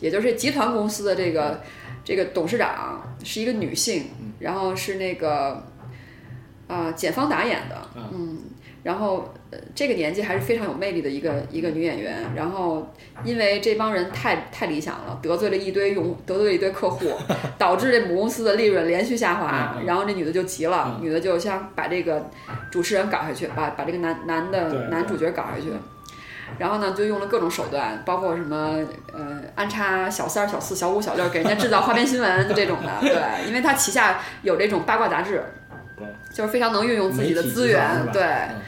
也就是集团公司的这个这个董事长是一个女性，
嗯
然后是那个啊简芳达演的，嗯，然后呃这个年纪还是非常有魅力的一个一个女演员，然后因为这帮人太太理想了，得罪了一堆用得罪了一堆客 户，导致这母公司的利润连续下滑
嗯，嗯
然后这女的就急了，女的就想把这个主持人搞下去，把把这个男男
对对
的男主角搞下去。然后呢，就用了各种手段，包括什么呃安插小三儿、小四、小五、小六，给人家制造花边新闻就这种 的。对，因为他旗下有这种八卦杂志
对，
就是非常能运用自己的资源
媒体制造是。吧
对
嗯，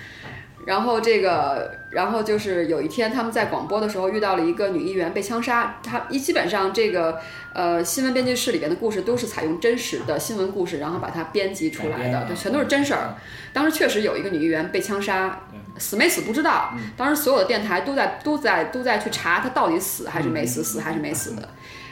然后这个，然后就是有一天他们在广播的时候遇到了一个女议员被枪杀，他一基本上这个呃新闻编辑室里边的故事都是采用真实的新闻故事，然后把它编辑出
改
来
编
的
啊，
对，全都是真事儿。当时确实有一个女议员被枪杀，死没死不知道。
嗯嗯
当时所有的电台都在都在都在去查她到底死还是没死，死还是没死的。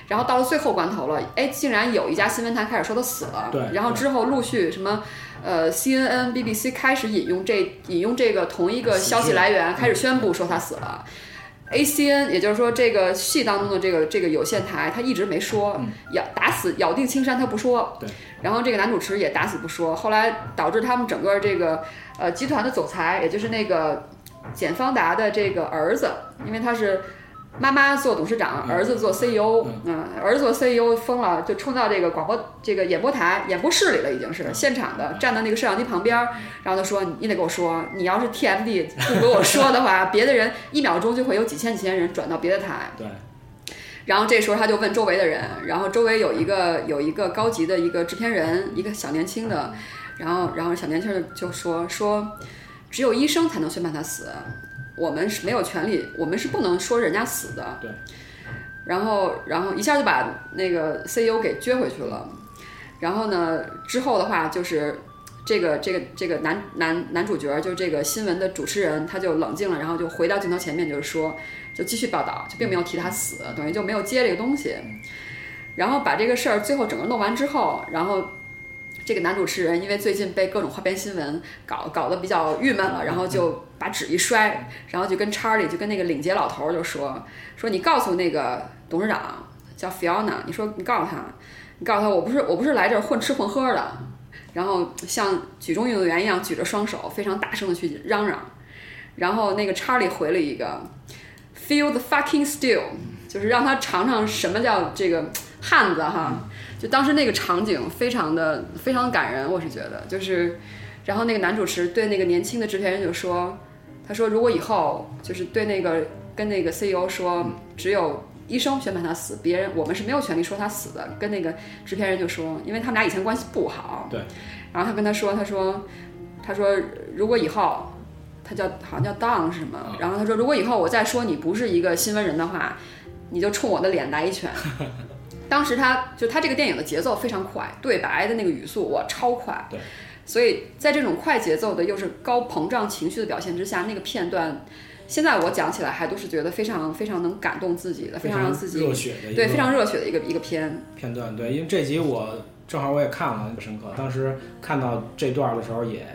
然后到了最后关头了，哎，竟然有一家新闻台开始说他死了。
对
然后之后陆续什么，呃，CNN、BBC 开始引用这引用这个同一个消息来源，开始宣布说他死了。ACN，也就是说这个戏当中的这个这个有线台，他一直没说，咬打死咬定青山他不说。
对。
然后这个男主持也打死不说，后来导致他们整个这个呃集团的总裁，也就是那个简方达的这个儿子，因为他是妈妈做董事长，儿子做 CEO，嗯、儿子做 CEO 疯了，就冲到这个广播这个演播台演播室里了，已经是现场的，站到那个摄像机旁边儿，然后他说：“你得跟我说，你要是 TMD 不跟我说的 话，别的人一秒钟就会有几千几千人转到别的台。”
嗯对，
然后这时候他就问周围的人，然后周围有一个有一个高级的一个制片人，一个小年轻的，然后然后小年轻的就说说，只有医生才能宣判他死，我们是没有权利，我们是不能说人家死的。
对。
然后然后一下就把那个 CEO 给撅回去了，然后呢之后的话就是。这个这个这个男男男主角就是这个新闻的主持人，他就冷静了，然后就回到镜头前面，就是说，就继续报道，就并没有提他死，等于就没有接这个东西。然后把这个事儿最后整个弄完之后，然后这个男主持人因为最近被各种花边新闻搞搞得比较郁闷了，然后就把纸一摔，然后就跟查理就跟那个领结老头儿就说说你告诉那个董事长叫 Fiona，你说你告诉他，你告诉他我不是我不是来这儿混吃混喝的。然后像举重运动员一样举着双手，非常大声的去嚷嚷。然后那个查理回了一个，feel the fucking steel，就是让他尝尝什么叫这个汉子哈。就当时那个场景非常的非常感人，我是觉得就是，然后那个男主持对那个年轻的制片人就说，他说如果以后就是对那个跟那个 CEO 说，只有医生宣判他死，别人我们是没有权利说他死的。跟那个制片人就说，因为他们俩以前关系不好，
对，
然后他跟他说，他说他说如果以后他叫好像叫 Don 是什么？
啊
然后他说，如果以后我再说你不是一个新闻人的话，你就冲我的脸来一 拳。当时他就他这个电影的节奏非常快，对白的那个语速哇超快，
对，
所以在这种快节奏的又是高膨胀情绪的表现之下，那个片段，现在我讲起来还都是觉得非常非常能感动自己的，非常让自己
热血的一
对非
个
常热血的一个一个片，
片段。对，因为这集我正好我也看了，深刻。当时看到这段的时候也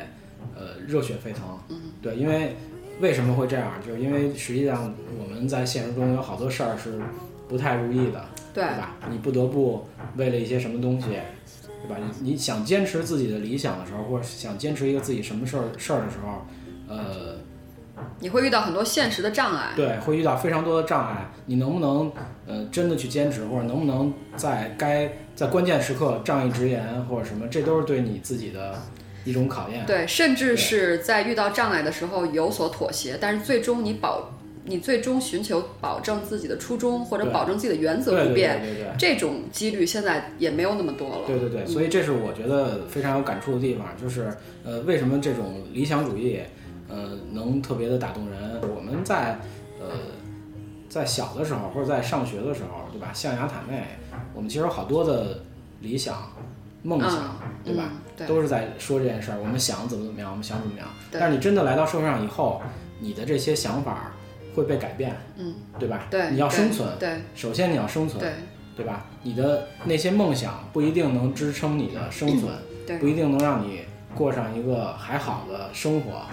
呃热血沸腾。嗯，对，因为为什么会这样？就是因为实际上我们在现实中有好多事儿是不太如意的。
对
对吧？你不得不为了一些什么东西，对吧？你你想坚持自己的理想的时候，或者想坚持一个自己什么事儿事儿的时候，呃，
你会遇到很多现实的障碍，
对，会遇到非常多的障碍。你能不能
嗯
呃真的去坚持，或者能不能在该在关键时刻仗义直言或者什么，这都是对你自己的一种考验。
对，甚至
对
是在遇到障碍的时候有所妥协，但是最终你保，你最终寻求保证自己的初衷或者
对
保证自己的原
对
则
对
不
对
变，
对对。
这种几率现在也没有那么多了。嗯
对对对，所以这是我觉得非常有感触的地方，就是呃，为什么这种理想主义，呃，能特别的打动人？我们在呃，在小的时候或者在上学的时候，对吧？象牙塔内，我们其实有好多的理想、梦想，对吧？
嗯、对嗯
都是在说这件事儿，我们想怎么怎么样，我们想怎么样。
对
但是你真的来到社会上以后，你的这些想法会被改变，
嗯，
对吧？
对，
你要
对
生存，
对
首先你要生存，
对
对吧？你的那些梦想不一定能支撑你的生存，
对
不一定能让你过上一个还好的生活，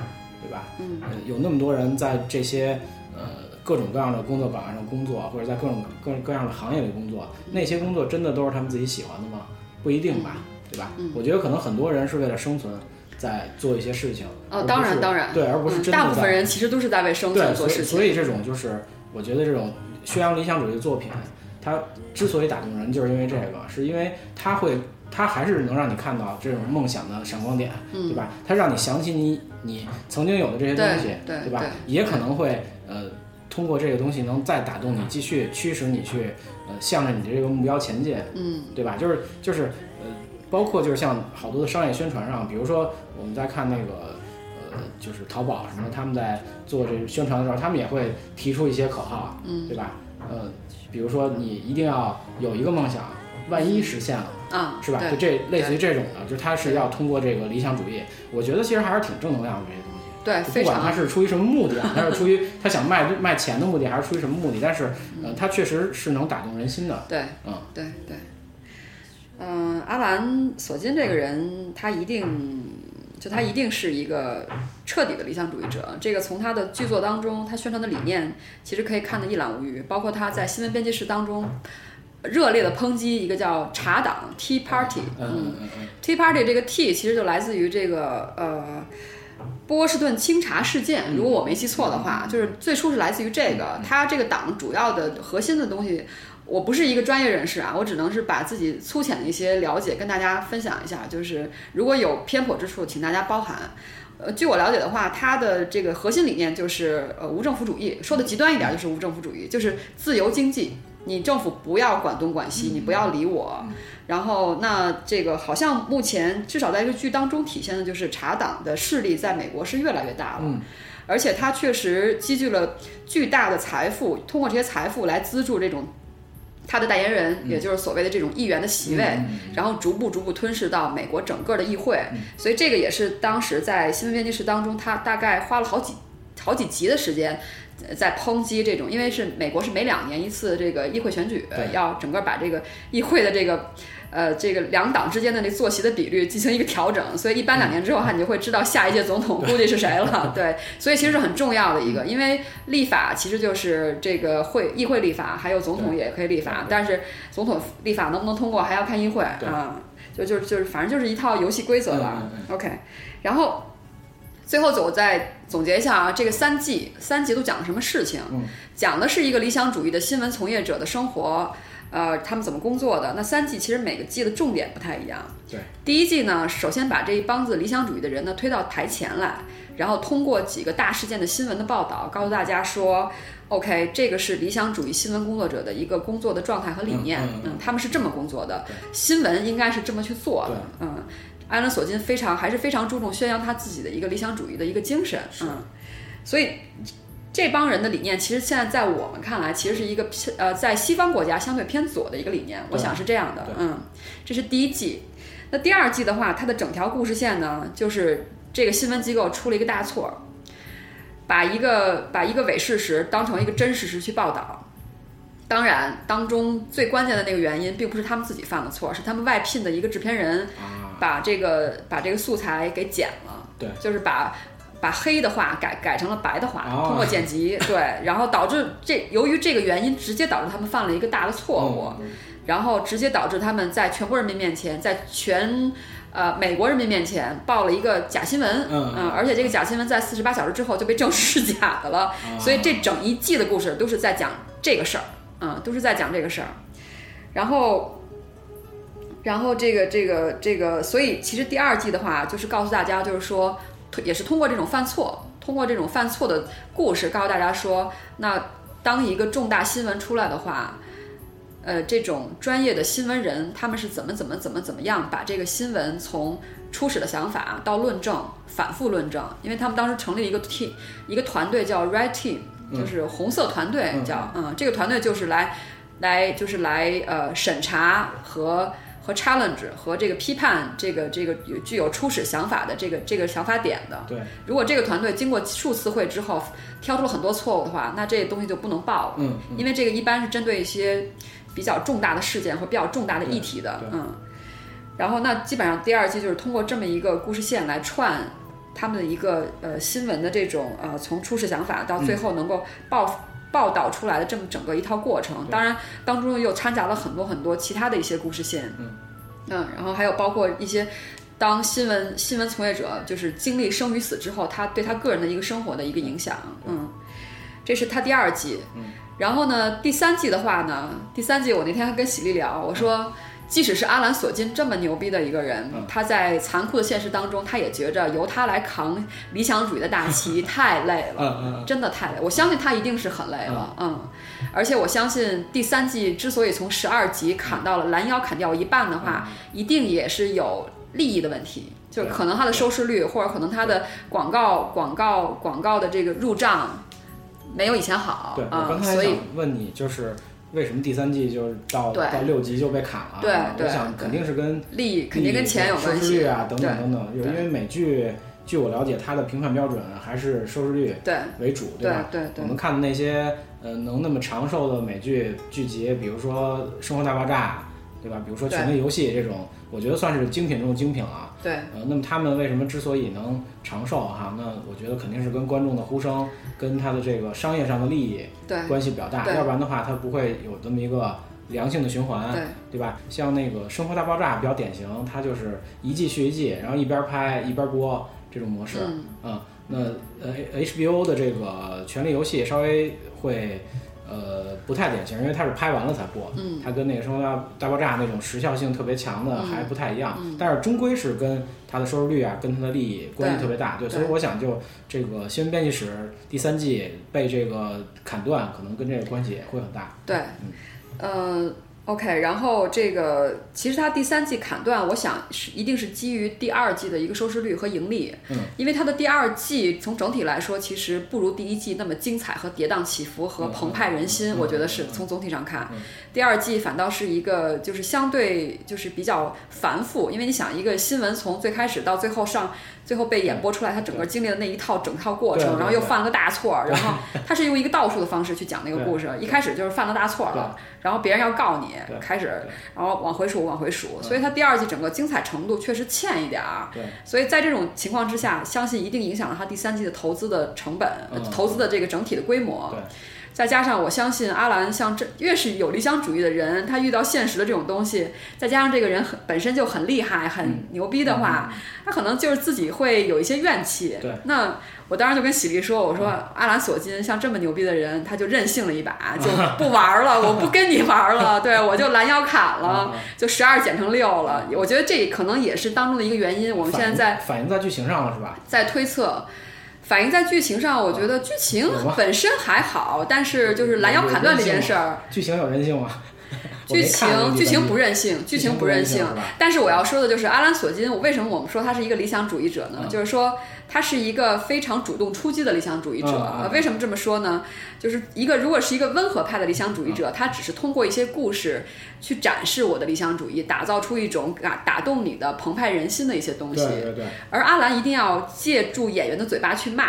对吧？
嗯
呃，有那么多人在这些呃各种各样的工作岗位上工作，或者在各种各各样的行业里工作，
嗯
那些工作真的都是他们自己喜欢的吗？不一定吧，
嗯
对吧？我觉得可能很多人是为了生存在做一些事情，
哦
而不
当然
是
当然
对，而不是
嗯，
真的在、
大部分人其实都是在为生
对，
存
所
做
以
事情。
所以这种就是，我觉得这种宣扬理想主义的作品，它之所以打动人，就是因为这个，是因为它会，它还是能让你看到这种梦想的闪光点，
嗯
对吧？它让你想起你你曾经有的这些东西，
对对
吧？
对
也可能会呃，通过这个东西能再打动你，继续驱使你去呃，向着你的这个目标前进，
嗯，
对吧？就是就是呃，包括就是像好多的商业宣传上，比如说我们在看那个呃，就是淘宝什么的，他们在做这宣传的时候，他们也会提出一些口号，
嗯，
对吧？呃，比如说你一定要有一个梦想，万一实现了。
啊，
是吧？
对
就这类似于这种的，就是它是要通过这个理想主义，我觉得其实还是挺正能量的这些东西。
对，哎
不
非
管他
常
是出于什么目的啊，他是出于他想卖卖钱的目的，还是出于什么目的，但是呃，
嗯
他确实是能打动人心的。
对，
嗯
对对。嗯、阿兰索金这个人，他一定就他一定是一个彻底的理想主义者。这个从他的剧作当中，他宣传的理念其实可以看得一览无余，包括他在新闻编辑室当中热烈的抨击一个叫茶党 Tea Party，
嗯嗯嗯
Tea Party 这个 T 其实就来自于这个呃波士顿清茶事件，如果我没记错的话，就是最初是来自于这个。它这个党主要的核心的东西，我不是一个专业人士啊，我只能是把自己粗浅的一些了解跟大家分享一下，就是如果有偏颇之处，请大家包涵。呃，据我了解的话，它的这个核心理念就是呃无政府主义，说的极端一点就是无政府主义，就是自由经济。你政府不要管东管西，你不要理我，然后，那这个好像目前至少在这个剧当中体现的就是茶党的势力在美国是越来越大了，
嗯
而且他确实积聚了巨大的财富，通过这些财富来资助这种他的代言人，也就是所谓的这种议员的席位，然后逐步逐步吞噬到美国整个的议会，所以这个也是当时在新闻编辑室当中，他大概花了好几好几集的时间。呃在抨击这种，因为是美国是每两年一次这个议会选举呃
对，
要整个把这个议会的这个呃这个两党之间的这坐席的比率进行一个调整，所以一般两年之后
嗯
哈，你就会知道下一届总统估计是谁 了。对，所以其实是很重要的一个，因为立法其实就是这个会议会立法，还有总统也可以立法，但是总统立法能不能通过还要看议会
对
啊。就就就是，反正就是一套游戏规则吧。
嗯嗯
OK，然后最后我再总结一下啊，这个三季三季都讲了什么事情？
嗯
讲的是一个理想主义的新闻从业者的生活，呃，他们怎么工作的。那三季其实每个季的重点不太一样。
对，
第一季呢，首先把这一帮子理想主义的人呢推到台前来，然后通过几个大事件的新闻的报道，告诉大家说，OK，这个是理想主义新闻工作者的一个工作的状态和理念，
嗯嗯嗯
他们是这么工作的
对，
新闻应该是这么去做的，嗯。艾伦·索金非常还是非常注重宣扬他自己的一个理想主义的一个精神，嗯，所以这帮人的理念，其实现在在我们看来，其实是一个偏呃，在西方国家相对偏左的一个理念，我想是这样的
对。
嗯，这是第一季。那第二季的话，它的整条故事线呢，就是这个新闻机构出了一个大错儿，把一个把一个伪事实当成一个真事实去报道。当然，当中最关键的那个原因，并不是他们自己犯的错，是他们外聘的一个制片人
啊，
把这个把这个素材给剪了，
对
就是把把黑的话改改成了白的话，
哦
通过剪辑，对，然后导致这由于这个原因，直接导致他们犯了一个大的错误，
嗯
然后直接导致他们在全国人民面前，在全呃美国人民面前报了一个假新闻，
嗯
而且这个假新闻在四十八小时之后就被证实是假的了，
啊
所以这整一季的故事都是在讲这个事儿，嗯，都是在讲这个事儿。然后，然后这个这个这个，所以其实第二季的话，就是告诉大家，就是说，也是通过这种犯错，通过这种犯错的故事，告诉大家说，那当一个重大新闻出来的话。呃，这种专业的新闻人，他们是怎么怎么怎么怎么样把这个新闻从初始的想法到论证，反复论证，因为他们当时成立一个 team，一个团队叫 Red Team，就是红色团队
嗯
叫，嗯这个团队就是来来就是来呃审查和和 challenge 和这个批判这个这个有具有初始想法的这个这个想法点的。
对，
如果这个团队经过数次会之后挑出了很多错误的话，那这东西就不能报了，
嗯
因为这个一般是针对一些比较重大的事件或比较重大的议题的
对，
嗯。然后那基本上第二季就是通过这么一个故事线来串他们的一个呃新闻的这种呃从初始想法到最后能够报、报道出来的这么整个一套过程，
对
当然当中又掺杂了很多很多其他的一些故事线，
嗯
嗯然后还有包括一些当新闻新闻从业者就是经历生与死之后，他对他个人的一个生活的一个影响，嗯，这是他第二季，
嗯
然后呢第三季的话呢，第三季我那天还跟喜力聊，我说。即使是阿兰·索金这么牛逼的一个人，
嗯
他在残酷的现实当中，他也觉着由他来扛理想主义的大 旗太累
嗯
了，
嗯
真的太累。我相信他一定是很累了，嗯。而且我相信第三季之所以从十二集砍到了拦腰砍掉一半的
嗯
话，一定也是有利益的问题，就是
啊
可能它的收视率，或者可能它的广告、广告、广告的这个入账没有以前好
对，我
啊、
刚才
所
想
以
问你，就是为什么第三季就是到
对
到六集就被砍了？啊
对
我
对
想肯定是跟
利益肯定跟钱有关
收视率啊
系
啊等等等等，有
对
因为美剧据我了解，它的评判标准还是收视率
对
为主，
对
吧？
对
我
对
们看的那些呃能那么长寿的美剧剧集，比如说《生活大爆炸》，对吧？比如说《权力游戏》这种，我觉得算是精品中的精品了、啊。
对，
呃，那么他们为什么之所以能长寿哈、那我觉得肯定是跟观众的呼声，跟他的这个商业上的利益
对
关系比较大，
对
要不然的话，它不会有这么一个良性的循环，
对
吧？像那个《生活大爆炸》比较典型，它就是一季续一季，然后一边拍一边播这种模式，
嗯
嗯，那呃 HBO 的这个《权力游戏》稍微会呃不太典型，因为它是拍完了才播，
嗯，
它跟那个《生活大大爆炸》那种时效性特别强的
嗯
还不太一样，
嗯
但是终归是跟它的收视率啊，跟它的利益关系
对
特别大，对，所以
对
我想就这个《新闻编辑室》第三季被这个砍断，可能跟这个关系也会很大，
对，呃，OK，然后这个其实它第三季砍断，我想是一定是基于第二季的一个收视率和盈利，
嗯，
因为它的第二季从整体来说其实不如第一季那么精彩和跌宕起伏和澎湃人心，
嗯嗯
我觉得是
嗯嗯
从总体上看，
嗯
第二季反倒是一个就是相对就是比较繁复，因为你想一个新闻从最开始到最后上最后被演播出来，它整个经历了那一套整套过
对
程，
对
然后又
对
犯了个大错，然后它是用一个倒数的方式去讲那个
对
故事，一开始就是犯了大错了。然后别人要告你
对，
开始
对，
然后往回数，往回数，
嗯
所以它第二季整个精彩程度确实欠一点儿。
对，
所以在这种情况之下，相信一定影响了它第三季的投资的成本，呃
嗯
投资的这个整体的规模。
对
再加上我相信阿兰像这越是有理想主义的人，他遇到现实的这种东西，再加上这个人很本身就很厉害、很
嗯
牛逼的话，他可能就是自己会有一些怨气。
对，嗯
那我当时就跟喜力说，我说阿兰索金像这么牛逼的人，他就任性了一 把，就不玩了，我不跟你玩了，对我就拦腰砍了，
嗯
就十二减成六了。我觉得这可能也是当中的一个原因。我们现在在
反映反映在剧情上了是吧？
在推测。反映在剧情上，我觉得剧情
啊有吗
本身还好，但是就是拦腰砍断这件事儿，
剧情有人性 吗？我没
剧情
看过
剧情不
一般
任性，
剧
剧
情
情
不
不
任
任
性
性
是吧。
但是我要说的就是阿兰索金，我为什么我们说他是一个理想主义者呢？
嗯
就是说他是一个非常主动出击的理想主义者。
嗯嗯
呃为什么这么说呢？就是一个如果是一个温和派的理想主义
嗯
者，他只是通过一些故事去展示我的理想主义，打造出一种打打动你的澎湃人心的一些东西。
对对对，
而阿兰一定要借助演员的嘴巴去骂，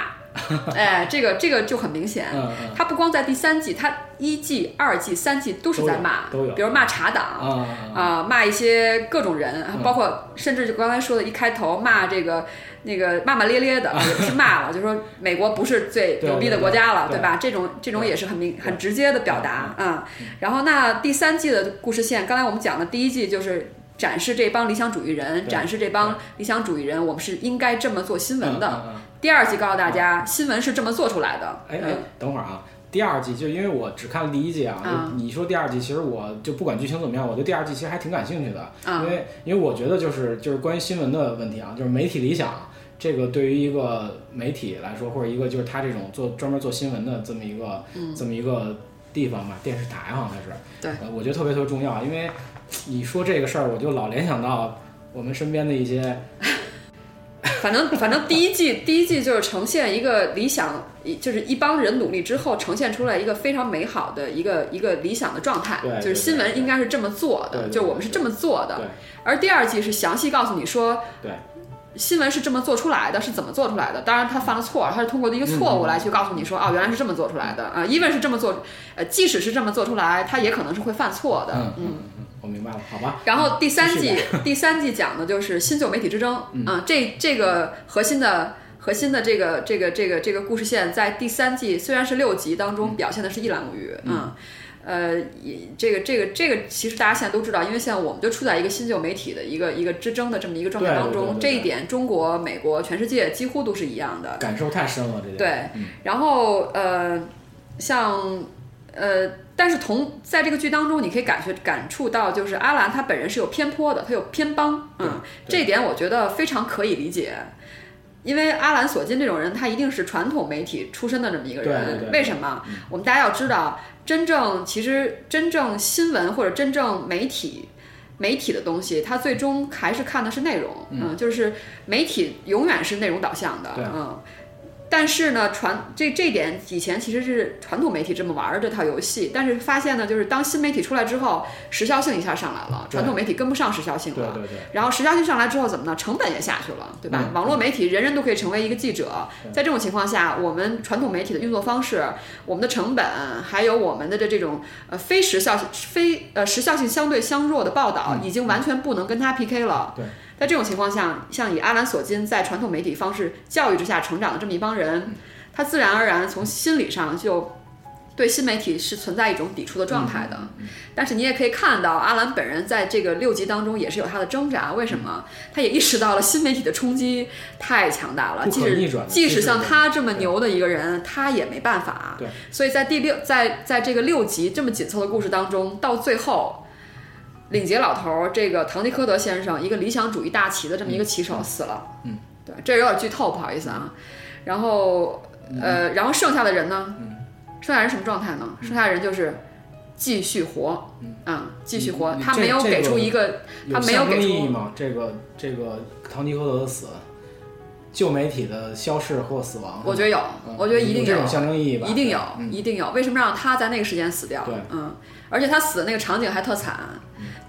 哎，这个这个就很明显。
嗯嗯
他不光在第三季，他一季、二季、三季都是在骂，
都有都有
比如骂茶党
啊
啊、
啊
骂一些各种人，
嗯
包括甚至就刚才说的，一开头骂这个那个骂骂咧咧的，也不是骂了，就 说美国不是最
啊对
牛逼的国家了，
对嗯
对吧？这种这种也是很明很直接的表达啊、然后那第三季的故事线，刚才我们讲的第一季就是。展示这帮理想主义人，
对
展示这帮理想主义人，我们是应该这么做新闻的。
嗯嗯嗯
第二季告诉大家，新闻是这么做出来的。
哎
嗯
哎，等会儿啊，第二季就因为我只看了第一季啊，
啊
就你说第二季，其实我就不管剧情怎么样，我对第二季其实还挺感兴趣的，
啊
因为因为我觉得就是就是关于新闻的问题啊，就是媒体理想。这个对于一个媒体来说，或者一个就是他这种做专门做新闻的这么一个、这么一个地方吧，电视台好像是，
嗯对
呃，我觉得特别特别重要，因为你说这个事儿，我就老联想到我们身边的一些
反正反正第一季第一季就是呈现一个理想，一就是一帮人努力之后呈现出来一个非常美好的一个一个理想的状态
对，对
就是新闻应该是这么做
对
的，
对
就是我们是这么做的
对。
而第二季是详细告诉你说，
对
新闻是这么做出来的，是怎么做出来的？当然，他犯了错，他是通过一个错
嗯
误来去告诉你说，哦，原来是这么做出来的啊。因为是这么做，呃，即使是这么做出来，他也可能是会犯错的。
嗯嗯嗯，我明白了，好吧，
然后第三
嗯继续 嗯
季，第三季讲的就是新旧媒体之争啊、这这个核心的核心的这个这个这个这个故事线，在第三季虽然是六集当
嗯
中表现的是一览无余，嗯。呃，也这个这个这个，其实大家现在都知道，因为现在我们就处在一个新旧媒体的一个一个之争的这么一个状态
对对
当中，
对对
这一点中国、美国、全世界几乎都是一样的。
感受太深了，这点，
对
嗯，
然后呃，像呃，但是同在这个剧当中，你可以感觉感触到，就是阿兰他本人是有偏颇的，他有偏帮，嗯，
对
这一点我觉得非常可以理解。因为阿兰索金这种人，他一定是传统媒体出身的这么一个人。
对对对嗯
为什么？我们大家要知道，真正其实真正新闻或者真正媒体媒体的东西，它最终还是看的是内容。嗯，就是媒体永远是内容导向的。
对
嗯，但是呢，传这这点以前其实是传统媒体这么玩儿这套游戏，但是发现呢，就是当新媒体出来之后，时效性一下上来了，传统媒体跟不上时效性
对
了。
对对，
然后时效性上来之后怎么呢？成本也下去了，对吧？
嗯
网络媒体人人都可以成为一个记者，在这种情况下，我们传统媒体的运作方式、我们的成本，还有我们的这这种呃非时效性、非呃时效性相对相弱的报道，已经完全不能跟它 PK 了。
嗯对
在这种情况下，像以阿兰·索金在传统媒体方式教育之下成长的这么一帮人，他自然而然从心理上就对新媒体是存在一种抵触的状态
嗯
的。但是你也可以看到，阿兰本人在这个六集当中也是有他的挣扎。为什
嗯
么？他也意识到了新媒体的冲击太强大了，
不可
即
逆
使
转的
即
这
使
是
像
对
他这么牛的一个人，他也没办法。
对，
所以在第六在在这个六集这么紧凑的故事当中，到最后。领结老头儿，这个唐吉诃德先生，一个理想主义大旗的这么一个旗手死了。
嗯，
对，这有点剧透，不好意思啊。然后，
嗯
呃，然后剩下的人呢？剩下人什么状态呢？剩下人就是继续活，啊，继续活
嗯。
他
这
没有
这
给
个
出一个，他没有
象征
给出
意义吗？这个这个唐吉诃德的死，旧媒体的消逝或死亡，
我觉得有，我觉得一定
有啊这
有
种，象征意义吧，
一定有，
嗯
一定有。为什么让他在那个时间死掉
对？嗯
嗯，而且他死的那个场景还特惨，啊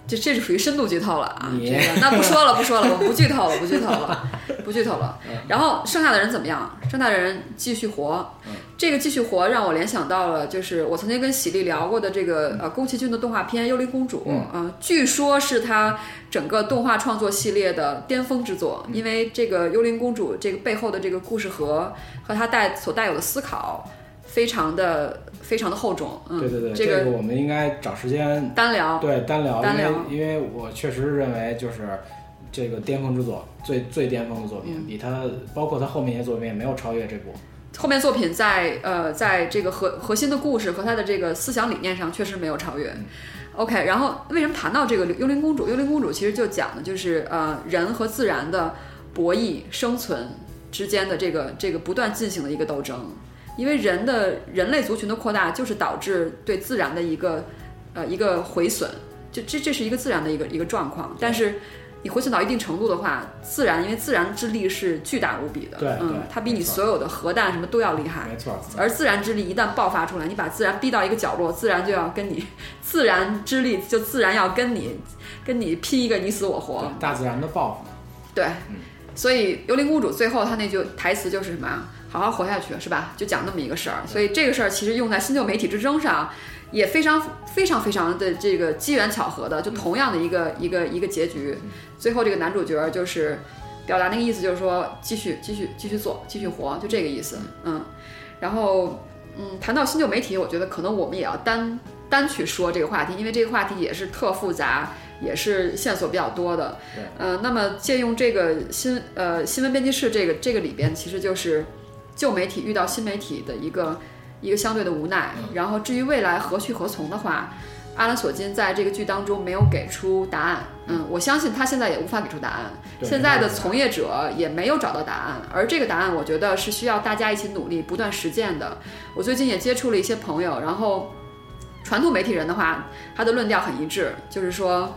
这这是属于深度剧透了啊！
你
这个 那不说了，不说了，我不剧透了，不剧透了，不剧透了。
嗯
然后剩下的人怎么样？剩下的人继续活。
嗯
这个继续活让我联想到了，就是我曾经跟喜力聊过的这个呃宫崎骏的动画片《幽灵公主》
嗯
呃，据说是他整个动画创作系列的巅峰之
嗯
作，因为这个《幽灵公主》这个背后的这个故事盒和它带所带有的思考，非常的非常的厚重。嗯，
对对对，
这
这
个
我们应该找时间
单聊，
对单聊，
单
因为
聊
因为我确实认为就是这个巅峰之作，最最巅峰的作
嗯
品，比他包括他后面一些作品也没有超越这部。
后面作品在呃，在这个核核心的故事和他的这个思想理念上确实没有超
嗯
越。OK，然后为什么谈到这个幽灵公主？幽灵公主其实就讲的就是呃人和自然的博弈、生存之间的这个这个不断进行的一个斗争，因为人的人类族群的扩大就是导致对自然的一个呃一个毁损，这这这是一个自然的一个一个状况，但是。你回损到一定程度的话，自然因为自然之力是巨大无比的，
对对
嗯，它比你
没错
所有的核弹什么都要厉害。
没错，
而自然之力一旦爆发出来，你把自然逼到一个角落，自然就要跟你，自然之力就自然要跟你，跟你拼一个你死我活。
大自然的报复嘛。
对，所以幽灵公主最后她那句台词就是什么啊？好好活下去，是吧？就讲那么一个事儿。所以这个事儿其实用在新旧媒体之争上，也非常非常非常的这个机缘巧合的，就同样的一个一个一个结局。最后这个男主角就是表达那个意思，就是说继续继续继续做，继续活，就这个意思。嗯，然后嗯，谈到新旧媒体，我觉得可能我们也要单单去说这个话题，因为这个话题也是特复杂，也是线索比较多的。呃，那么借用这个新呃新闻编辑室这个这个里边，其实就是旧媒体遇到新媒体的一个一个相对的无奈。然后至于未来何去何从的话，阿兰索金在这个剧当中没有给出答案。嗯，我相信他现在也无法给出答案。
对
现在的从业者也没有找到答案，而这个答案我觉得是需要大家一起努力、不断实践的。我最近也接触了一些朋友，然后传统媒体人的话，他的论调很一致，就是说，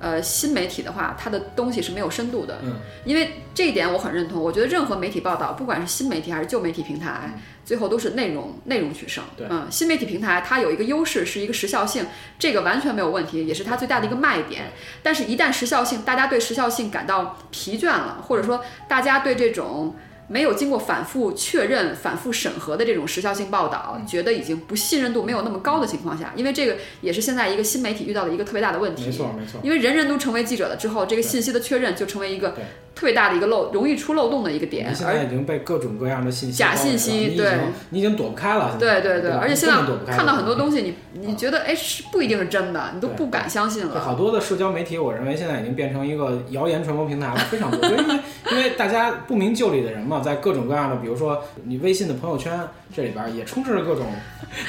呃，新媒体的话，它的东西是没有深度的。
嗯，
因为这一点我很认同。我觉得任何媒体报道，不管是新媒体还是旧媒体平台，最后都是内容内容取胜。
嗯对
嗯，新媒体平台它有一个优势，是一个时效性，这个完全没有问题，也是它最大的一个卖点。但是，一旦时效性，大家对时效性感到疲倦了，或者说大家对这种没有经过反复确认、反复审核的这种时效性报
嗯
道，觉得已经不信任度没有那么高的情况下，因为这个也是现在一个新媒体遇到的一个特别大的问题。
没错没错，
因为人人都成为记者了之后，这个信息的确认就成为一个
对
特别大的一个漏，容易出漏洞的一个
我
点
们。现
而
在已经被各种各样的信息
假
包围
信息对，
了你已经你已经躲不开了。现
对
在
对
对
对，
吧，
而且现在
你根本躲不开了嗯
看到很多东西，你你觉得哎是不一定是真的，你都不敢相信
对
了。
好多的社交媒体，我认为现在已经变成一个谣言传播平台了，非常多。就因为因为大家不明就里的人嘛，在各种各样的，比如说你微信的朋友圈这里边儿也充斥着各种，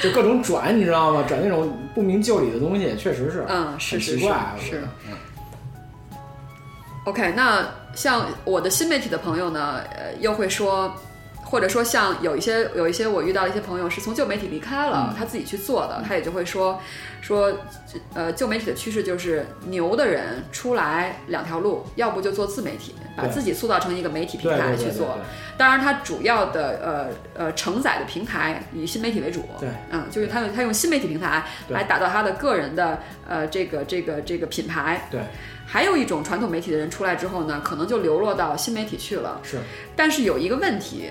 就各种转，你知道吗？转那种不明就里的东西，确实是
嗯，是
很
是
奇
是
怪啊。我觉
是
得。
OK，那像我的新媒体的朋友呢，呃，又会说，或者说像有一些有一些我遇到的一些朋友是从旧媒体离开了，
嗯
他自己去做的，他也就会说说，呃，旧媒体的趋势就是牛的人出来两条路，要不就做自媒体，把
对
自己塑造成一个媒体平
对
台
对
去
对对
做。当然，它主要的呃呃承载的平台以新媒体为主。
对，
嗯，就是他用他用新媒体平台
对
来打造他的个人的呃这个这个这个品牌。
对，
还有一种传统媒体的人出来之后呢，可能就流落到新媒体去了。
是
但是有一个问题，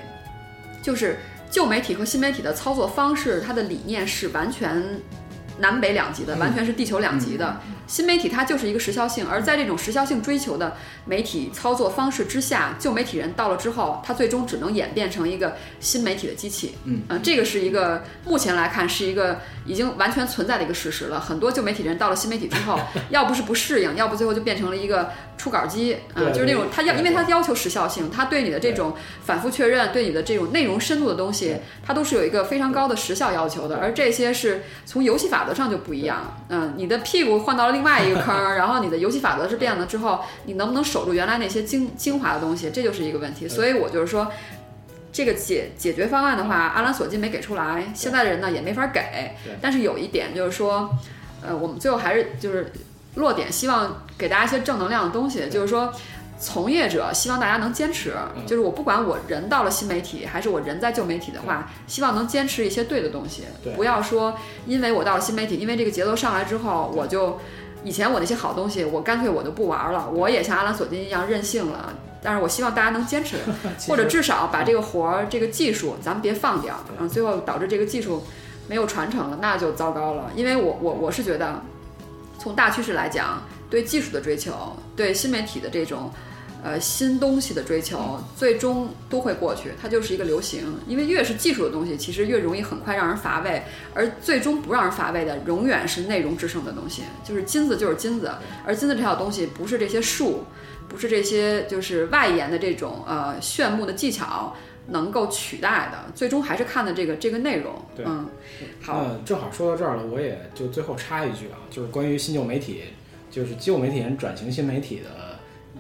就是旧媒体和新媒体的操作方式，它的理念是完全南北两极的，
嗯
完全是地球两极的。新媒体它就是一个时效性，而在这种时效性追求的媒体操作方式之下，旧媒体人到了之后，它最终只能演变成一个新媒体的机器。
嗯、
呃，这个是一个目前来看是一个已经完全存在的一个事实了。很多旧媒体人到了新媒体之后， 要不是不适应，要不最后就变成了一个出稿机啊、
对
就是那种
对
他要，
对
因为他要求时效性，他对你的这种反复确认，对你的这种内容深度的东西，它都是有一个非常高的时效要求的。而这些是从游戏法则上就不一样，嗯，你的屁股换到了另外一个坑儿，然后你的游戏法则是变了之后，你能不能守住原来那些精精华的东西，这就是一个问题。所以我就是说。这个解解决方案的话，阿兰索金没给出来，现在的人呢也没法给
对。
但是有一点就是说，呃，我们最后还是就是落点，希望给大家一些正能量的东西，就是说。从业者希望大家能坚持，
嗯
就是我不管我人到了新媒体，还是我人在旧媒体的话，希望能坚持一些对的东西
对，
不要说因为我到了新媒体，因为这个节奏上来之后，我就以前我那些好东西，我干脆我就不玩了，我也像阿兰索金一样任性了。但是我希望大家能坚持，
其实
或者至少把这个活儿、这个技术，咱们别放掉，然后最后导致这个技术没有传承了，那就糟糕了。因为我我我是觉得，从大趋势来讲，对技术的追求，对新媒体的这种。呃，新东西的追求最终都会过去，它就是一个流行。因为越是技术的东西，其实越容易很快让人乏味，而最终不让人乏味的，永远是内容制胜的东西。就是金子就是金子，而金子这条东西不是这些术，不是这些就是外延的这种呃炫目的技巧能够取代的，最终还是看的这个这个内容。
对
嗯，好，
那正好说到这儿了，我也就最后插一句啊，就是关于新旧媒体，就是旧媒体人转型新媒体的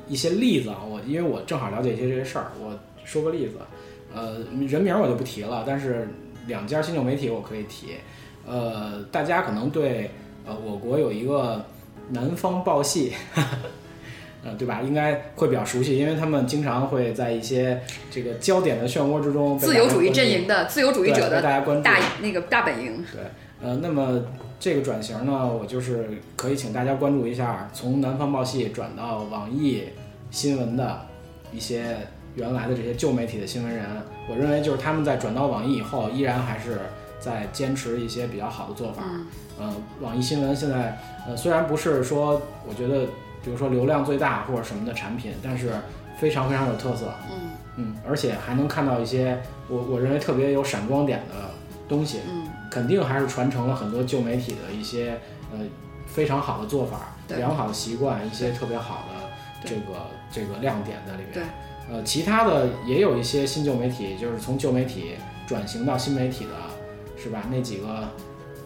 一些例子啊。我因为我正好了解一些这些事儿，我说个例子，呃，人名我就不提了，但是两家新旧媒体我可以提。呃，大家可能对呃我国有一个南方报系。 呃，对吧？应该会比较熟悉，因为他们经常会在一些这个焦点的漩涡之中被
自由主义
大家关注
阵营的自由主义者
嗯对被
的
大家关注
大那个大本营，
对，呃，那么这个转型呢，我就是可以请大家关注一下，从南方报系转到网易新闻的一些原来的这些旧媒体的新闻人，我认为就是他们在转到网易以后，依然还是在坚持一些比较好的做法。
嗯
呃，网易新闻现在呃虽然不是说我觉得，比如说流量最大或者什么的产品，但是非常非常有特色。
嗯
嗯，而且还能看到一些我我认为特别有闪光点的东西，
嗯，
肯定还是传承了很多旧媒体的一些呃非常好的做法、
对
良好的习惯，一些特别好的这个这个亮点在里
对
边。呃，其他的也有一些新旧媒体，就是从旧媒体转型到新媒体的，是吧？那几个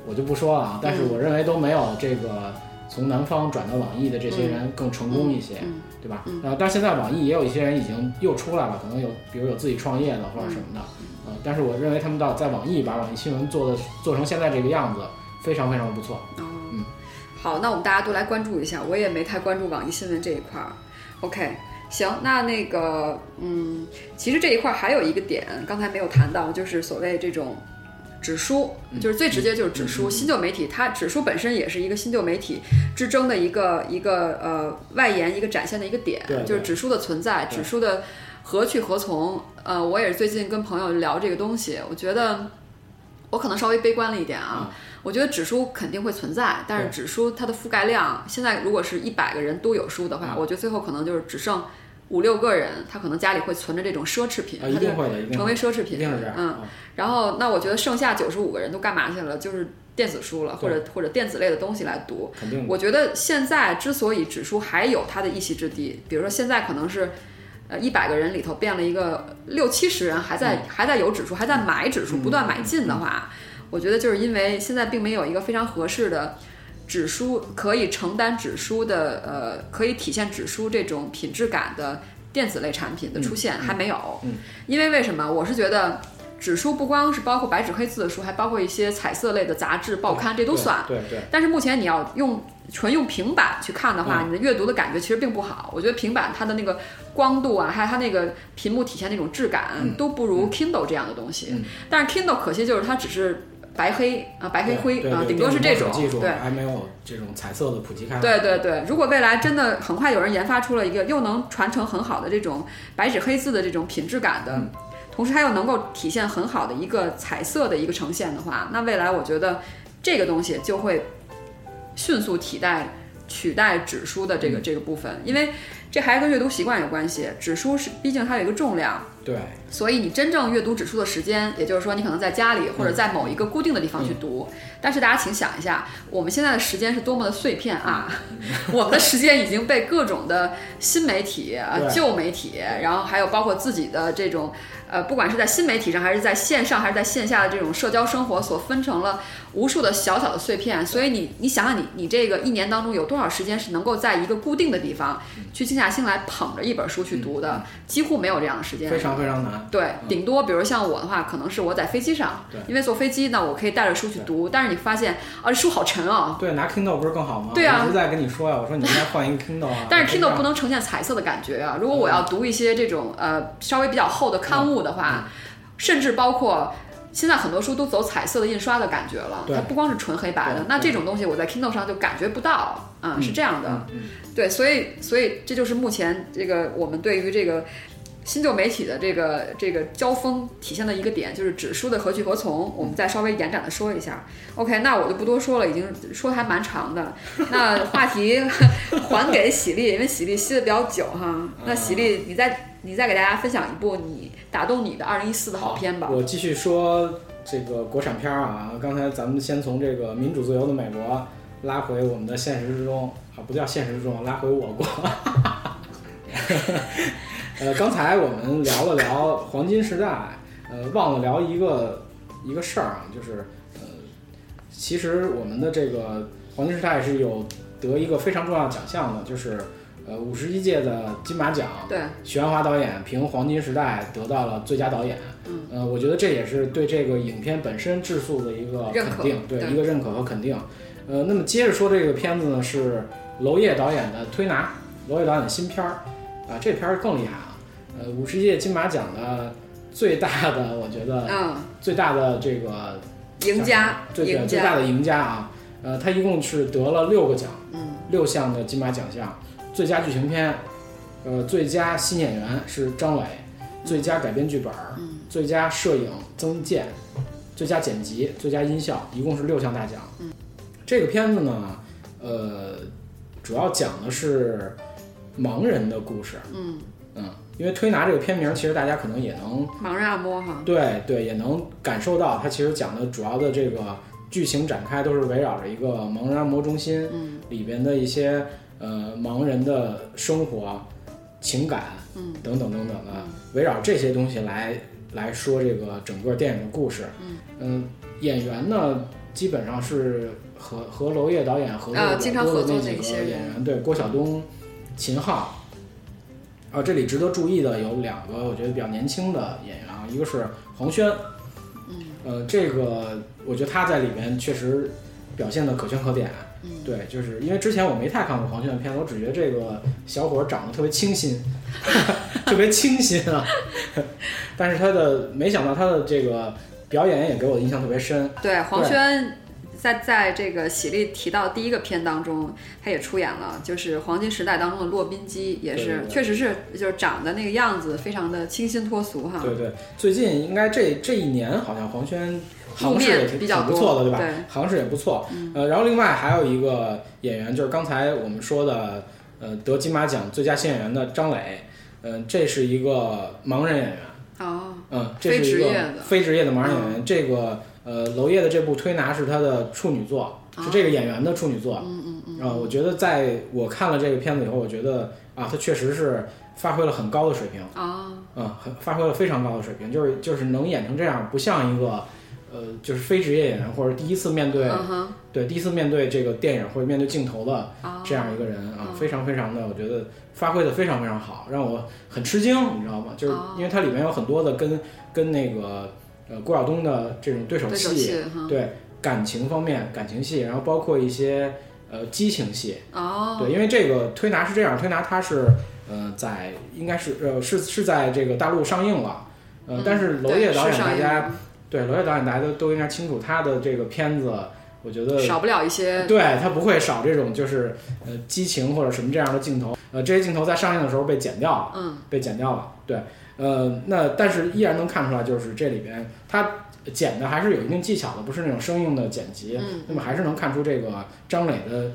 我就不说了啊，但是
嗯
我认为都没有这个从南方转到网易的这些人更成功一些。
嗯
对吧？
嗯
呃，但现在网易也有一些人已经又出来了，可能有比如有自己创业的或者什么的，
嗯
呃，但是我认为他们到在网易把网易新闻做的做成现在这个样子，非常非常不错。
哦
嗯
好，那我们大家都来关注一下，我也没太关注网易新闻这一块儿。OK，行，那那个，嗯，其实这一块儿还有一个点，刚才没有谈到，就是所谓这种。指数
嗯
就是最直接，就是指数。新旧媒体，它指数本身也是一个新旧媒体之争的一个一个呃外延、一个展现的一个点
对，对
就是指数的存在，
对
指数的何去何从。呃，我也是最近跟朋友聊这个东西，我觉得我可能稍微悲观了一点啊，我觉得指数肯定会存在，但是
嗯对
指数它的覆盖量，现在如果是一百个人都有书的话，
嗯
我觉得最后可能就是只剩五六个人，他可能家里会存着这种奢侈品，
啊，一
他就
定会的，一定
成
会
为奢侈
一
品。
定是这样。
嗯，
啊，
然后那我觉得剩下九十五个人都干嘛去了？就是电子书了，或者或者电子类的东西来读。
肯定的。
我觉得现在之所以指数还有它的一席之地，比如说现在可能是，呃，一百个人里头变了一个六七十人还在、还在有指数，还在买指数，
嗯
不断买进的话，我觉得就是因为现在并没有一个非常合适的。指数可以承担指数的呃，可以体现指数这种品质感的电子类产品的出现，
嗯嗯
还没有。
嗯
因为为什么？我是觉得纸书不光是包括白纸黑字的书，还包括一些彩色类的杂志、报刊，这都算。
对对，
但是目前你要用纯用平板去看的话，
嗯
你的阅读的感觉其实并不好。我觉得平板它的那个光度啊，还有它那个屏幕体现那种质感，
嗯
都不如 Kindle 这样的东西。
嗯
但是 Kindle 可惜就是它只是白黑啊，白黑
对
灰
对
啊，
对
顶多是这
电
种
子墨水技术
对。
还没有这种彩色的普及开发。
对对对，如果未来真的很快有人研发出了一个又能传承很好的这种白纸黑字的这种品质感的，
嗯
同时它又能够体现很好的一个彩色的一个呈现的话，那未来我觉得这个东西就会迅速替代取代纸书的这个、这个部分，因为这还跟阅读习惯有关系。纸书是毕竟它有一个重量，
对
所以你真正阅读指数的时间，也就是说你可能在家里或者在某一个固定的地方去读。但是大家请想一下，我们现在的时间是多么的碎片啊！ 我们的时间已经被各种的新媒体、呃
对
旧媒体，然后还有包括自己的这种。呃，不管是在新媒体上，还是在线上，还是在线下的这种社交生活，所分成了无数的小小的碎片。所以你，你想想你，你这个一年当中有多少时间是能够在一个固定的地方去静下心来捧着一本书去读的？几乎没有这样的时间。
非常非常难。
对，顶多比如像我的话，可能是我在飞机上
嗯对，
因为坐飞机呢，我可以带着书去读，但是你发现啊，这书好沉啊。
对，拿 Kindle 不是更好吗？
对啊
我一直在跟你说呀，我说你应该换一个 Kindle 啊。
但是
我
Kindle
这
不
样
能呈现彩色的感觉啊！如
嗯
果我要读一些这种呃稍微比较厚的刊物的
嗯
话，甚至包括现在很多书都走彩色的印刷的感觉了，
对
它不光是纯黑白的
对。
那这种东西我在 Kindle 上就感觉不到，啊，是这样的。
嗯
对，所以所以这就是目前这个我们对于这个新旧媒体的这个这个交锋体现的一个点，就是指数的何去何从。我们再稍微延展的说一下。OK，那我就不多说了，已经说得还蛮长的。那话题 还给喜力，因为喜力吸的比较久哈。那喜力，你再你再给大家分享一部你打动你的二零一四的好片吧。
我继续说这个国产片儿啊，刚才咱们先从这个民主自由的美国拉回我们的现实之中啊，不叫现实之中，拉回我国。 呃，刚才我们聊了聊黄金时代，呃，忘了聊一个一个事儿啊，就是呃，其实我们的这个黄金时代是有得一个非常重要的奖项的，就是呃五十一届的金马奖。
对，
许鞍华导演凭《黄金时代》得到了最佳导演。
嗯，
呃，我觉得这也是对这个影片本身质素的一个
认
肯
可
定，对
对
一个认可和肯定。呃，那么接着说这个片子呢，是娄烨导演的《推拿》，娄烨导演的新片儿啊，这片儿更厉害啊。呃，五十届金马奖的最大的，我觉得
嗯，
最大的这个
赢家，
最
赢
对最大
家，
的赢家啊，呃，他一共是得了六个奖，
嗯，
六项的金马奖项，最佳剧情片，呃，最佳新演员是张伟，最佳改编剧本，
嗯、
最佳摄影曾健，最佳剪辑，最佳音效，一共是六项大奖。嗯、这个片子呢，呃，主要讲的是盲人的故事。
嗯，
嗯，因为推拿这个片名，其实大家可能也能
盲人按摩哈，
对对，也能感受到它其实讲的主要的这个剧情展开都是围绕着一个盲人按摩中心
嗯
里边的一些呃盲人的生活、情感
嗯
等等等等的，围绕这些东西来来说这个整个电影的故事。
嗯
嗯，演员呢基本上是和和娄烨导演合作
啊
比
经
较
常
多
合
的
作
那
的
几
一
个
些
演
人
员，对郭晓东、秦昊。啊，这里值得注意的有两个，我觉得比较年轻的演员啊，一个是黄轩，
嗯
呃，这个我觉得他在里面确实表现的可圈可点。
嗯
对，就是因为之前我没太看过黄轩的片子，我只觉得这个小伙儿长得特别清新， 特别清新啊。但是他的没想到他的这个表演也给我的印象特别深。
对，黄
对
轩在在这个喜力提到第一个片当中，他也出演了，就是《黄金时代》当中的洛宾基，也
对
是
对对
确实是就是长得那个样子非常的清新脱俗哈，
对对，最近应该这这一年好像黄轩
露
行市也
面
挺
比较
挺
多，
不错的，对吧？
对，嗯
行市也不错。呃，然后另外还有一个演员，就是刚才我们说的，呃，得金马奖最佳新演员的张磊，嗯、这是一个盲人演员，
哦，
嗯，这是一
非职业的嗯
个非职业的盲人演员。这个呃，娄烨的这部《推拿》是他的处女作，
哦
是这个演员的处女作。嗯嗯嗯。啊、我觉得在我看了这个片子以后，我觉得啊，他确实是发挥了很高的水平。
哦，
嗯，很发挥了非常高的水平，就是就是能演成这样，不像一个呃，就是非职业演员或者第一次面对、
嗯哼，
对第一次面对这个电影或者面对镜头的
啊，
这样一个人啊，
嗯
非常非常的，我觉得发挥的非常非常好，让我很吃惊，你知道吗？就是
哦
因为它里面有很多的跟跟那个呃郭晓东的这种对手
对手
戏，
戏哈，
对感情方面感情戏，然后包括一些呃激情戏，
哦，
对，因为这个推拿是这样，推拿它是呃在应该是呃是是在这个大陆上映了，呃，
嗯
但是娄
对
烨导
是
演
上
大
映
家对娄烨导演大家都都应该清楚他的这个片子，我觉得
少不了一些
对，它不会少这种就是呃激情或者什么这样的镜头。呃，这些镜头在上映的时候被剪掉了，
嗯
被剪掉了。对，呃，那但是依然能看出来，就是这里边它剪的还是有一定技巧的，不是那种生硬的剪辑。
嗯
那么还是能看出这个张磊的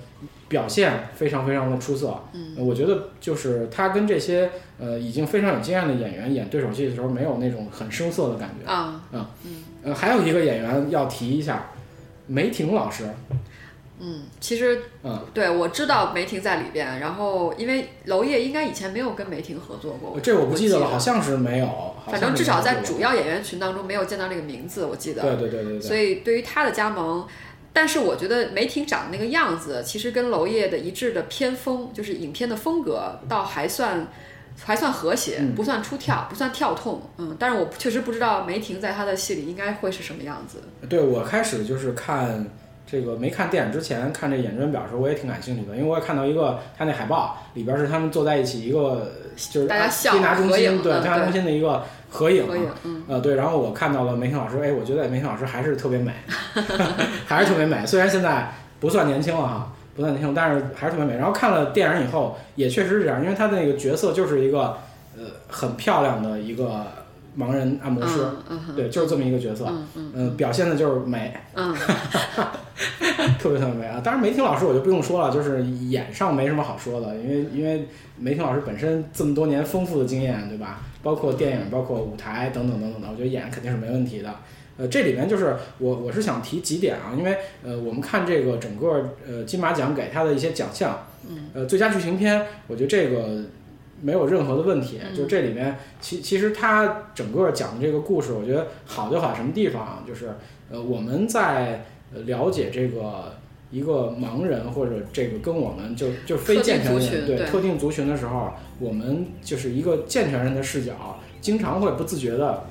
表现非常非常的出色。
嗯
呃我觉得就是他跟这些呃已经非常有经验的演员演对手戏的时候，没有那种很生涩的感觉。
啊
嗯
嗯
呃，还有一个演员要提一下，梅婷老师。
嗯，其实
嗯，
对我知道梅婷在里边，然后因为娄烨应该以前没有跟梅婷合作过，
这我不
我
记得了，好
像
像是没有。好像
反
是
正
没有
至少在
过
主要演员群当中没有见到这个名字，我记得。
对对对对对，
所以对于他的加盟，但是我觉得梅婷长的那个样子，其实跟娄烨的一致的偏风，就是影片的风格，倒还算还算和谐，
嗯
不算出跳，不算跳痛，嗯。但是我确实不知道梅婷在他的戏里应该会是什么样子。
对我开始就是看这个没看电影之前看这演员表的时候，我也挺感兴趣的，因为我也看到一个他那海报里边是他们坐在一起一个就是啊
大家笑
推拿中
合影
心对
嗯
推拿中心的一个合影。
合影，嗯，
呃，对，然后我看到了梅婷老师，哎，我觉得梅婷老师还是特别美， 还是特别美。虽然现在不算年轻了哈，不算年轻，但是还是特别美。然后看了电影以后，也确实是这样，因为她的那个角色就是一个呃很漂亮的一个盲人按摩师，
嗯嗯
对，就是这么一个角色。
嗯嗯
嗯，表现的就是美，
嗯，
特别特别美啊！当然，梅婷老师我就不用说了，就是演上没什么好说的，因为因为梅婷老师本身这么多年丰富的经验，对吧？包括电影、包括舞台等等等等的，我觉得演肯定是没问题的。呃，这里面就是我我是想提几点啊，因为呃，我们看这个整个呃金马奖给他的一些奖项，
嗯，
呃，最佳剧情片，我觉得这个没有任何的问题。
嗯
就这里面其其实他整个讲的这个故事，我觉得好就好在什么地方啊，就是呃我们在呃了解这个一个盲人或者这个跟我们就就非
特定
健全
族
人
群
对
对
特定族群的时候，我们就是一个健全人的视角，经常会不自觉的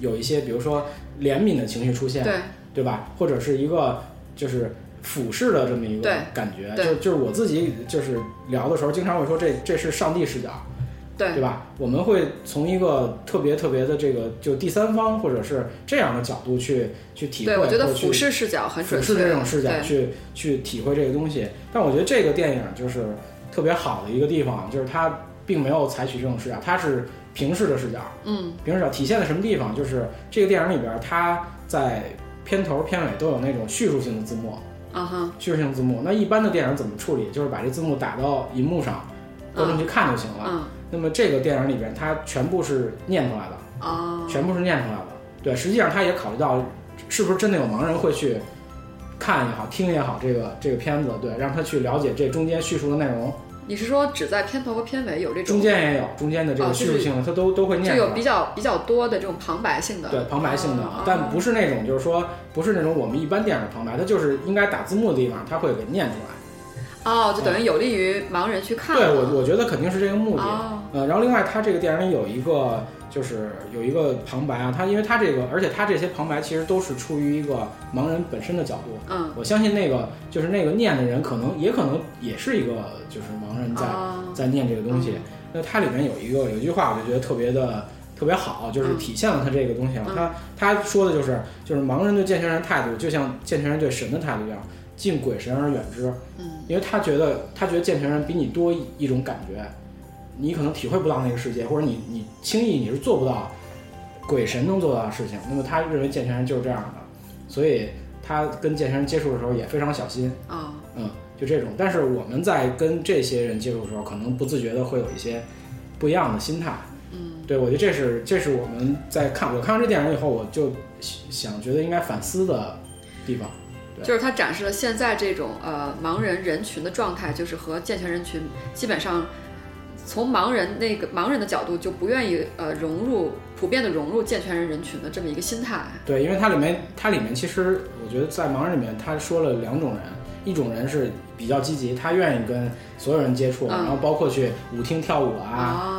有一些，比如说怜悯的情绪出现，
嗯对，
对吧？或者是一个就是俯视的这么一个
对
感觉，
对
就就是我自己就是聊的时候，经常会说这这是上帝视角，
对
对吧？我们会从一个特别特别的这个就第三方或者是这样的角度去去体会，
对，我觉得
或者去
俯视视角很
俯
准
视
确，
这种视角
对
去去体会这个东西。但我觉得这个电影就是特别好的一个地方，就是它并没有采取这种视角，它是平视的视角。
嗯
平视角体现在什么地方？就是这个电影里边，它在片头片尾都有那种叙述性的字幕，
啊哈，
叙述性字幕。那一般的电影怎么处理？就是把这字幕打到荧幕上，观众去看就行了。
嗯
那么这个电影里边，它全部是念出来的。
啊，
全部是念出来的。对，实际上他也考虑到，是不是真的有盲人会去看也好、听也好这个这个片子，对，让他去了解这中间叙述的内容。
你是说只在片头和片尾有这
中
种，
间也有中间的这
哦
个
就
叙
是
述性的，他都都会
就
念出
有
来。
比较比较多的这种旁白性的，
对旁白性的，
啊
但不是那种就是说不是那种我们一般电影的旁白，它就是应该打字幕的地方，他会给念出来。
哦，就等于有利于盲人去看了。
对我我觉得肯定是这个目的。
哦，
呃，然后另外它这个电影里有一个就是有一个旁白啊，它因为它这个，而且它这些旁白其实都是出于一个盲人本身的角度。
嗯，
我相信那个就是那个念的人，可能也可能也是一个就是盲人在、
哦，
在念这个东西。那它里面有一个有一句话，我就觉得特别的特别好，就是
嗯
体现了他这个东西啊。
嗯
他他说的就是就是盲人对健全人的态度，就像健全人对神的态度一样，敬鬼神而远之。
嗯
因为他觉得他觉得健全人比你多一一种感觉，你可能体会不到那个世界，或者你你轻易你是做不到鬼神能做到的事情。那么他认为健全人就是这样的，所以他跟健全人接触的时候也非常小心，
啊，
嗯，就这种。但是我们在跟这些人接触的时候，可能不自觉的会有一些不一样的心态。
嗯
对，我觉得这是这是我们在看我看完这电影以后，我就想觉得应该反思的地方。对
就是它展示了现在这种呃盲人人群的状态，就是和健全人群基本上从盲人那个盲人的角度就不愿意呃融入普遍的融入健全人人群的这么一个心态。
对，因为它里面它里面其实我觉得在盲人里面，他说了两种人，一种人是比较积极，他愿意跟所有人接触，
嗯
然后包括去舞厅跳舞啊，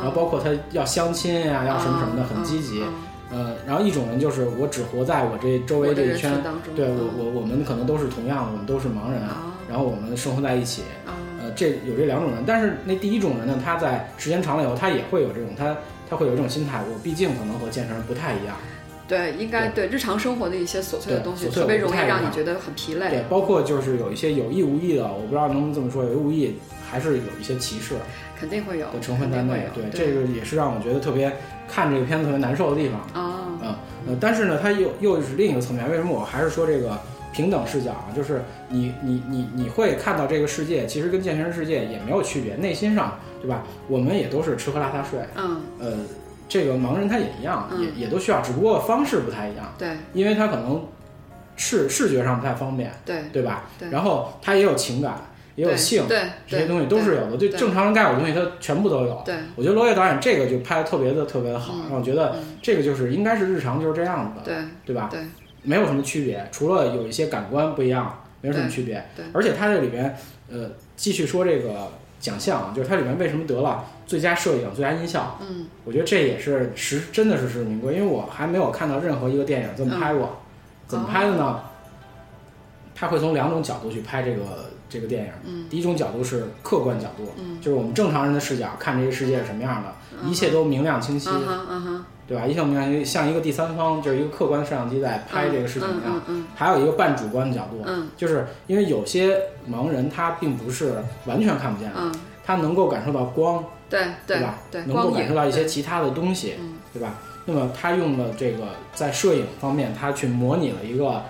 哦
然后包括他要相亲呀、要什么什么的，
嗯
很积极。
嗯嗯
呃，然后一种人就是我只活在我这周围
我
这
的
一
人群
圈，
当中，
对我
嗯
我嗯我们可能都是同样，我们都是盲人，
啊
然后我们生活在一起，
啊
呃，这有这两种人，但是那第一种人呢，他在时间长了以后，他也会有这种，他他会有这种心态，我毕竟可能和健身人不太一样，
对，应该对日常生活的一些琐碎的
对
东西，
琐碎
特别
我不
容易
太
让
一
你
样
觉得很疲累。
对，包括就是有一些有意无意的，我不知道能不能这么说，有意无意还是有一些歧视
肯定会有
的成分在内，
肯定会有对
这个也是让我觉得特别看这个片子特别难受的地方。
啊，
呃，但是呢，它又又是另一个层面。为什么我还是说这个平等视角啊？就是你你你你会看到这个世界其实跟健全世界也没有区别，内心上对吧？我们也都是吃喝拉撒睡，
嗯，
呃，这个盲人他也一样，
嗯
也也都需要，只不过方式不太一样，
对
因为他可能视视觉上不太方便，
对
对吧？
对
然后他也有情感，也有
对
性，
对
这些东西都是有的。
对
对正常人该有的东西，他全部都有。
对
我觉得罗烨导演这个就拍的特别的特别的好，
嗯
让我觉得
嗯
这个就是应该是日常就是这样的，
对
对吧？
对
没有什么区别，除了有一些感官不一样，没有什么区别。
对对
而且它这里边，呃，继续说这个奖项啊，就是它里面为什么得了最佳摄影、最佳音效，
嗯
我觉得这也是实真的是实至名归，因为我还没有看到任何一个电影这
嗯
么拍过，怎么拍的
哦
呢？他会从两种角度去拍这个这个电影，
嗯
第一种角度是客观角度，
嗯
就是我们正常人的视角看这个世界是什么样的，一切都明亮清晰，
啊哈啊哈，
对吧？一切都明亮清晰，像一个第三方，就是一个客观的摄像机在拍这个啊事情一样。
嗯嗯
还有一个半主观的角度，
嗯
就是因为有些盲人他并不是完全看不见的，
嗯，
他能够感受到光，
嗯对
对
对
吧
对，
能够
光
感
影
受到一些其他的东西，
嗯
对吧？那么他用了这个在摄影方面，他去模拟了一个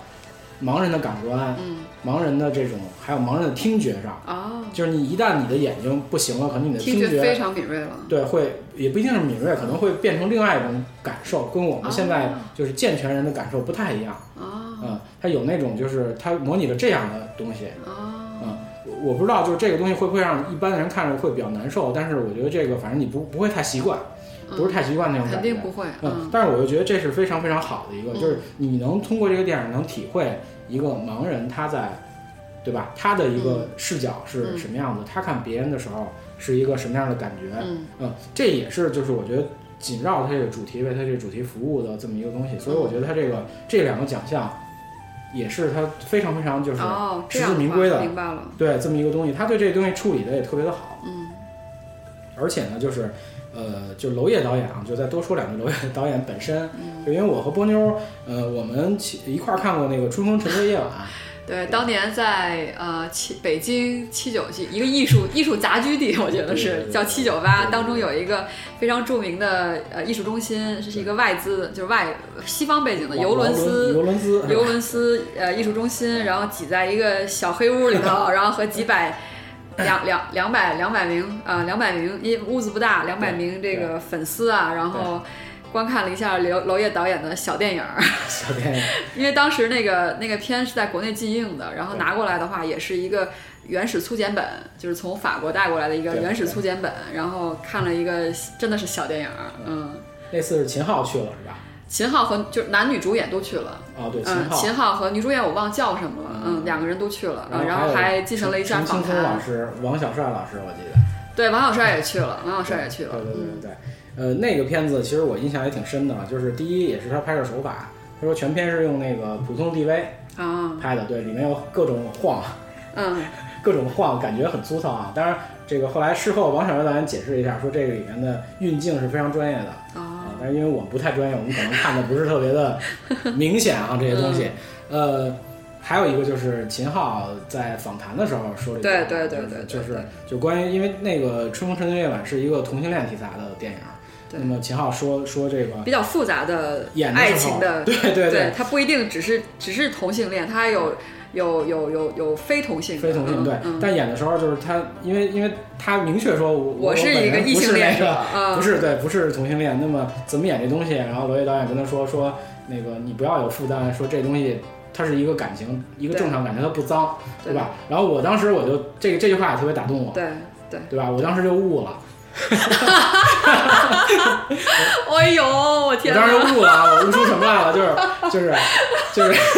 盲人的感官、
嗯
盲人的这种，还有盲人的听觉上，
哦，
就是你一旦你的眼睛不行了，可能你的
听
听
觉
觉
非常敏锐了，
对会也不一定是敏锐，可能会变成另外一种感受，跟我们现在
哦
就是健全人的感受不太一样。
哦
嗯，它有那种就是它模拟了这样的东西，
哦，
嗯，我我不知道就是这个东西会不会让一般人看着会比较难受，但是我觉得这个反正你不不会太习惯，不是太习惯那种
嗯肯
感觉
定。不会，
嗯
嗯，
但是我就觉得这是非常非常好的一个，
嗯
就是你能通过这个电影能体会一个盲人他在，对吧？他的一个视角是
嗯
什么样子，他看别人的时候是一个什么样的感觉，
嗯
嗯，这也是就是我觉得紧绕它这个主题为它这个主题服务的这么一个东西，所以我觉得它这个这两个奖项也是它非常非常就是、
哦，这
实
样
至名
话
归的
明白了，
对这么一个东西，他对这个东西处理的也特别的好，
嗯
而且呢就是呃就娄烨导演啊，就再多说两句娄烨 导演本身，
嗯，
就因为我和波妞呃我们其一块儿看过那个《春风沉醉夜 晚》，
对，当年在呃七北京七九系一个艺术艺术杂居地，我觉得
对对
是
对
叫七九
对
八，
对
当中有一个非常著名的呃艺术中心，这是一个外资，就是外西方背景的尤伦斯。
尤伦斯，
尤伦斯呃艺术中心，然后挤在一个小黑屋里头，然后和几百两两两百两百名啊两百名，因为屋子不大，两百名这个粉丝啊，然后观看了一下刘娄烨导演的小电影儿，
小电影，
因为当时那个那个片是在国内禁映的，然后
对
拿过来的话也是一个原始粗剪本，就是从法国带过来的一个
对
原始粗剪本，然后看了一个真的是小电影儿，嗯，
那次是秦昊去了是吧？
秦昊和就是男女主演都去了。
啊，对，秦
嗯，
昊，
秦昊和女主演我忘叫什么了，嗯，两个人都去了，嗯然后还进行了一下
陈
访
青松老
谈，
师、王小帅老师，我记得。
对，王小帅也去了，王小帅也去了，
对对对对对，呃，那个片子其实我印象也挺深的，就是第一也是他拍摄手法，他说全片是用那个普通 DV
嗯啊，
拍的，对，里面有各种晃，
嗯，
各种晃，感觉很粗糙啊。当然，这个后来事后王小帅导演解释了一下，说这个里面的运镜是非常专业的啊
啊，，
但是因为我们不太专业，我们可能看的不是特 别的明显啊这些东西，
嗯
呃。还有一个就是秦昊在访谈的时候说了一句话，
对对对对对
就是
对
就关于因为那个《春风沉醉夜晚》是一个同性恋题材的电影，啊
对
那么秦昊说说这个
比较复杂的
演
爱
的时
情
候，
的，
对对
对，它不一定只是只是同性恋，它还有有有有有非同性的，
非同性
嗯
对，
嗯
但演的时候就是他，因为因为他明确说我
我是
本
一个
人
异
不是
性恋
那
者，
个
啊，
不是对，不是同性恋。那么怎么演这东西？然后罗烨导演跟他说说那个你不要有负担，说这东西它是一个感情，一个
对
正常感情，它不脏，
对
对吧？然后我当时我就这个这句话也特别打动我，
对，
对吧？我当时就悟了，
哎呦，我天
我当
哪！
时悟了，啊我悟出什么来了？就是就是就是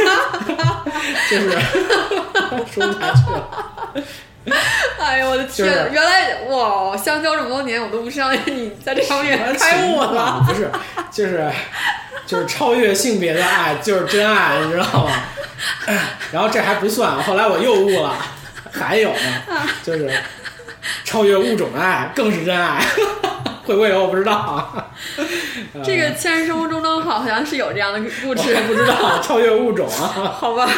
就是 说不下去了。
哎呦，我的天！
就是
原来哇，相交这么多年，我都不知道你在这方面开悟了。
啊不是，就是就是超越性别的爱就是真爱，你知道吗？哎然后这还不算，后来我又悟了，还有呢，就是超越物种的爱更是真爱。 会不会有我不知道啊，呃
这个现实生活中当中好像是有这样的故
我
事
还，不知道超越物种啊。
好吧？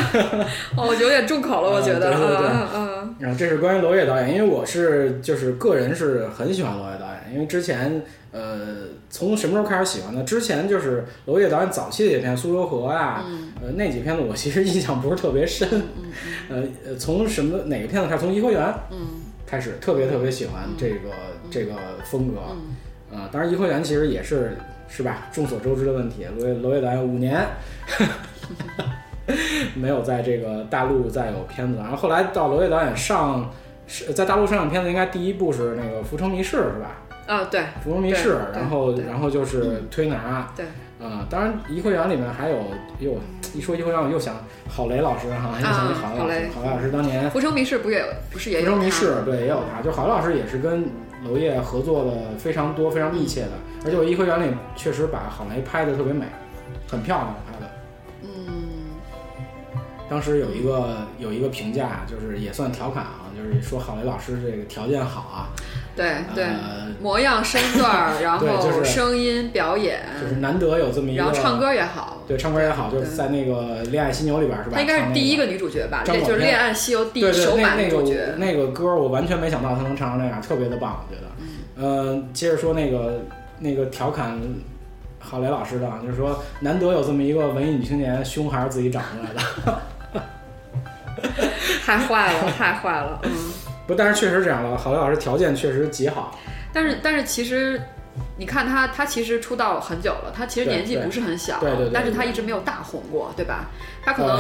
哦，我有点重口了，我觉得。
啊对对对
嗯嗯
然后这是关于娄烨导演，因为我是就是个人是很喜欢娄烨导演，因为之前呃从什么时候开始喜欢的？之前就是娄烨导演早期的影片《苏州河》啊，呃那几片子我其实印象不是特别深，呃呃从什么哪个片子开始？从《颐和园》
嗯
开始，特别特别喜欢这个、这个风格，
嗯
啊、当然《颐和园》其实也是是吧？众所周知的问题，娄烨娄烨导演五年 没有在这个大陆再有片子，然后后来到娄烨导演上是在大陆上映片子，应该第一部是那个《浮城谜事》是吧？
嗯啊，对
《浮城谜事
对》，对
然后
对
然后就是推拿。
对
啊、当然，《颐和园》里面还有，又一说《颐和园》，我又想郝蕾老师哈，又想起郝蕾老师
啊，
郝蕾老师当年
《浮城谜事》不也有，不是也
《
有
浮
他
城谜事》对也有他，就郝蕾老师也是跟娄烨合作的非常多、非常密切的，而且我《颐和园》里确实把郝蕾拍的特别美，很漂亮拍的。
嗯
当时有一个有一个评价，就是也算调侃啊，就是说郝蕾老师这个条件好啊，，
对哎对，
呃，
模样、身段 儿，然
对就
后
是
声音、表演，
就是难得有这么一个，
然后唱歌也好。
对唱歌也好，就是
对
在那个《恋爱犀牛》里边是吧？
她应该
唱
是
那
第一
个。
个女主角吧，
张
对，
宝
就是《
天
恋爱西游》第一
对对，
首
那
版
那
主
个
角。
那个歌我完全没想到他能唱成那样，特别的棒，我觉得。嗯、呃，接着说那个那个调侃郝蕾老师的，啊，就是说难得有这么一个文艺女青年，胸还是自己长出来的。
太坏了，太坏了。嗯，
不，但是确实这样了，郝蕾老师条件确实极好，
但是但是其实，你看她，她其实出道很久了，她其实
对
年纪
对
不是很小，
对对对嗯
但是她一直没有大红过，对吧？她可 能。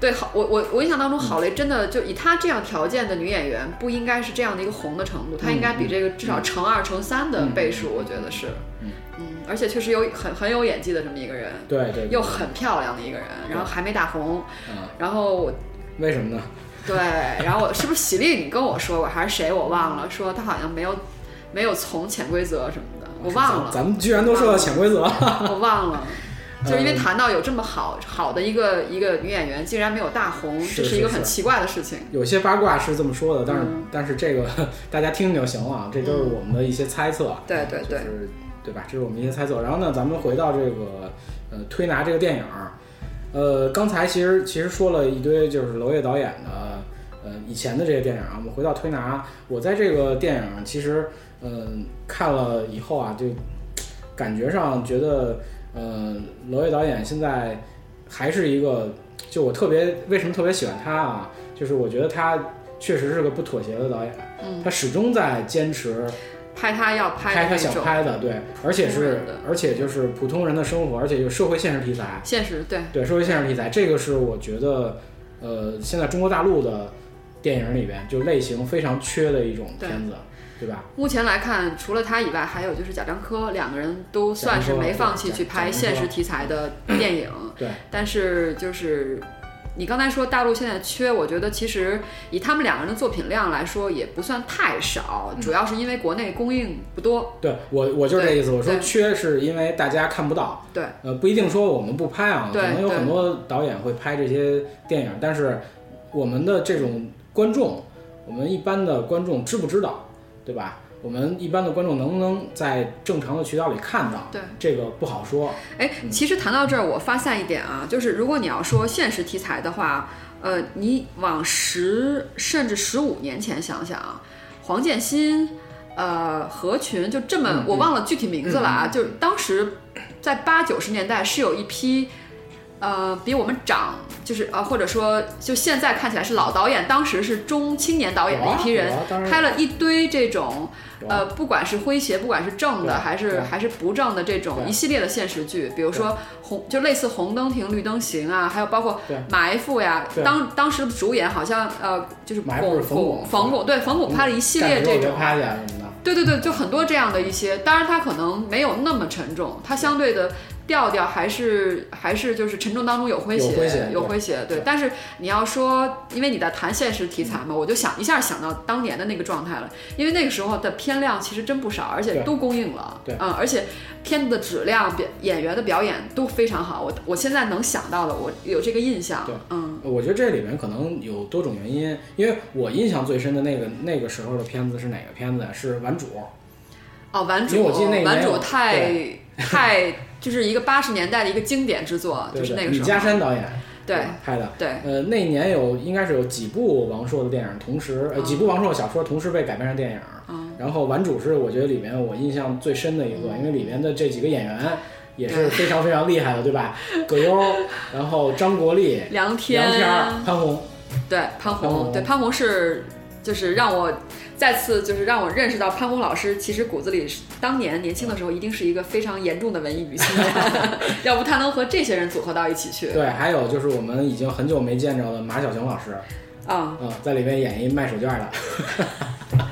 对，好，我我我印象当中，郝蕾真的就以她这样条件的女演员，不应该是这样的一个红的程度，她应该比这个至少乘二乘三的倍数，我觉得是
嗯，
嗯，而且确实有很很有演技的这么一个人，
对对对
又很漂亮的一个人，然后还没大红，
嗯，
然后
为什么呢？
对，然后我是不是喜力你跟我说过，还是谁我忘了，说他好像没有没有从潜规则什么的，我忘
咱
了，
咱们居然都说到潜规则了，
我忘了。就是因
嗯
为谈到有这么好好的一个一个女演员，竟然没有大红，
是
这是一个
是
很奇怪的事情。
有些八卦是这么说的，但是、
嗯
但是这个 大家听听就行了，啊，这都是我们的一些猜测。
对对对
就是对吧？这是我们一些猜测。然后呢，咱们回到这个呃推拿这个电影儿，呃，刚才其实其实说了一堆就是娄烨导演的呃以前的这些电影啊，我们回到推拿，我在这个电影其实嗯、看了以后啊，就感觉上觉得呃娄烨导演现在还是一个，就我特别为什么特别喜欢他啊，就是我觉得他确实是个不妥协的导演，
嗯，
他始终在坚持。
拍她要
拍
的
他
那
想
种
拍的，对，而且
普通
是
人的
而且就是普通人的生活，而且有社会现实题材，
现实，对
对，社会现实题材，这个是我觉得，呃，现在中国大陆的电影里边就类型非常缺的一种
对
片子，对吧？
目前来看，除了她以外，还有就是贾樟柯，两个人都算是
贾樟柯
没放弃
对
去
贾
拍
贾樟柯
现实题材的电影。
对，
但是就是你刚才说大陆现在缺，我觉得其实以他们两个人的作品量来说，也不算太少，主要是因为国内供应不多。
对我我就是这意思，我说
对
缺是因为大家看不到，
对，
呃，不一定说我们不拍啊，可
对
能有
对
很多导演会拍这些电影，但是我们的这种观众，我们一般的观众知不知道，对吧？我们一般的观众能不能在正常的渠道里看到？
对，
这个不好说。
哎，其实谈到这儿，我发散一点啊，就是如果你要说现实题材的话，呃，你往十甚至十五年前想想啊，黄建新，呃，何群，就这么，我忘了具体名字了啊，就是当时在八九十年代是有一批。呃，比我们长，就是呃，或者说，就现在看起来是老导演，当时是中青年导演的哦一批人
有啊有啊当，然
拍了一堆这种，
有啊
呃，不管是诙谐，不管是正
对
的还
对
是还是不正的这种
对
一系列的现实剧，比如说红，就类似《红灯停，绿灯行》啊，还有包括
对
《埋伏》呀
对。
当当时主演好像呃，就是
埋伏是
巩
冯巩
巩，冯巩对冯巩拍了一系列
干什么
这
我别
种，
拍去啊什么的。
对对对，就很多这样的一些，当然它可能没有那么沉重，它相对的调调还是还是就是沉重当中有诙
有诙
谐
谐，
有
对
诙谐，对
对。
但是你要说，因为你在谈现实题材嘛，我就想一下想到当年的那个状态了，因为那个时候的片量其实真不少，而且
对
都公映了，
对
嗯，而且片子的质量、表演员的表演都非常好。我我现在能想到的，我有这个印象
对，
嗯，
我觉得这里面可能有多种原因，因为我印象最深的那个那个时候的片子是哪个片子啊？是《顽主》。
哦，顽
因为
主
我记得那，年
顽主
我
太 太就是一个八十年代的一个经典之作，
对
就是
对
那个
李
时
嘉
候，
山导演
对
拍的。
对，
呃，那年有应该是有几部王朔的电影同时，呃，
嗯
几部王朔的小说同时被改编成电影。
嗯，
然后《顽主》是我觉得里面我印象最深的一个，因为里面的这几个演员也是非常非常厉害的，对吧？葛优，然后张国立、
梁天，
梁天儿、哦潘虹，
对潘
潘
虹，
虹
对潘虹是就是让我再次就是让我认识到潘虹老师其实骨子里是当年年轻的时候一定是一个非常严重的文艺女青 年， 要不她能和这些人组合到一起去
对，还有就是我们已经很久没见着的马晓晴老师，
啊。
嗯，在里面演一卖手绢的，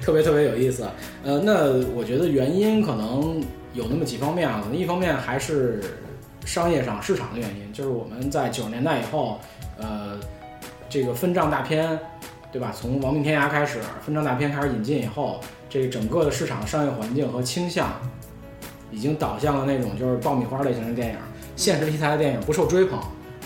特别特别有意思。呃，那我觉得原因可能有那么几方面啊，可能一方面还是商业上市场的原因，就是我们在九十年代以后，呃，这个分账大片，对吧？从《亡命天涯》开始，分账大片开始引进以后，这个整个的市场商业环境和倾向已经导向了那种就是爆米花类型的电影，现实题材的电影不受追捧，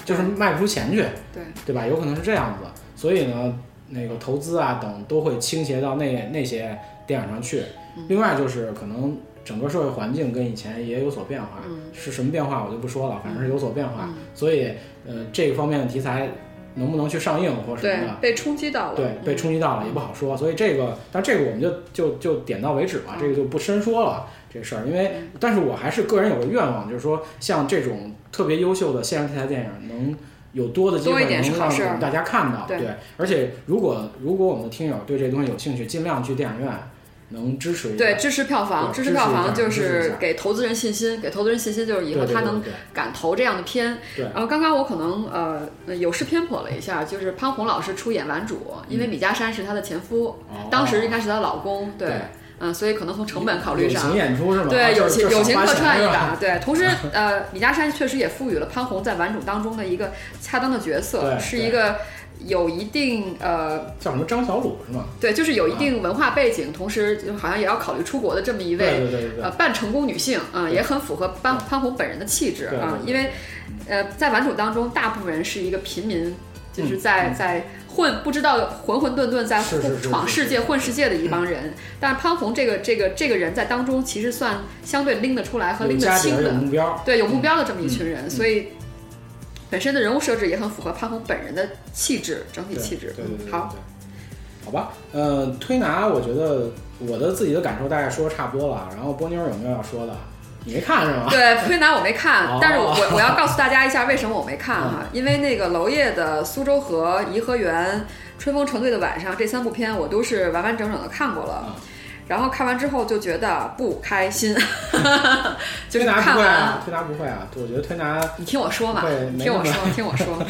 就是卖不出钱去。
对，
对吧？有可能是这样子，所以呢，那个投资啊等都会倾斜到那那些电影上去。
嗯
另外就是可能整个社会环境跟以前也有所变化，
嗯
是什么变化我就不说了，反正是有所变化。
嗯
所以呃，这个方面的题材能不能去上映或什
对
么的，
被冲击到了，
对，被冲击到了也不好说。所以这个，但这个我们就就就点到为止吧，
嗯
这个就不深说了这事儿。因为
嗯，
但是我还是个人有个愿望，就是说像这种特别优秀的现实题材电影能。有多的机
多
会
一点是
能
好
让
事儿
我们大家看到，
对
对。而且，如果如果我们的听友对这东西有兴趣，尽量去电影院，能支持一下。
对，支持票房，
对
支
支持
票
一下
房就
支持一
是
下
给投资人信心，给投资人信心就是以
对，
后
对
他能
对
敢投这样的片。
对
然后刚刚我可能呃呃有失偏颇了一下，就是潘虹老师出演顽主，因为米家山是她的前夫，
哦
当时应该是她老公，对，
对
嗯，所以可能从成本考虑
友
上
情。演出是吗？啊
对，
就
友
是
情
就
友
赏
情
花
客
钱
串一
是吧
把，对。同时，呃，米家山确实也赋予了潘虹在顽主当中的一个恰当的角色，
对
是
对
一个有一定呃
叫什么张小鲁是吗？
对，就是有一定文化背景，同时就好像也要考虑出国的这么一
对
位
对对对对
呃半成功女性，嗯、
对
也很符合潘
对
潘虹本人的气质
对
啊、
对对
因为呃在顽主当中，大部分人是一个平民，就是在、在混不知道混混沌沌在
嗯是是是是
闯世界
是嗯
混世界的一帮人，但是潘虹这个这个这个人在当中其实算相对拎得出来和
有
拎得
家底
清
儿
的
有，目标，
对，有目标的这么一群人，
嗯嗯
所以本身的人物设置也很符合潘虹本人的气质，整体
对
气质。
对对对，
好，
对，好吧，呃，推拿，我觉得我的自己的感受大概说差不多了。然后波妞有没有要说的？你没看是吗？
对，推拿我没看
啊哦，嗯
但是我我我要告诉大家一下为什么我没看哈、因为那个娄烨的《苏州河》《颐和园》《春风成对的晚上》这三部片我都是完完整整的看过了，
嗯
然后看完之后就觉得不开 心，就是
推拿
看
不会
完
啊，推拿不会啊。我觉得推拿
你听我说嘛
对，没
听我
那么
说，听我 说。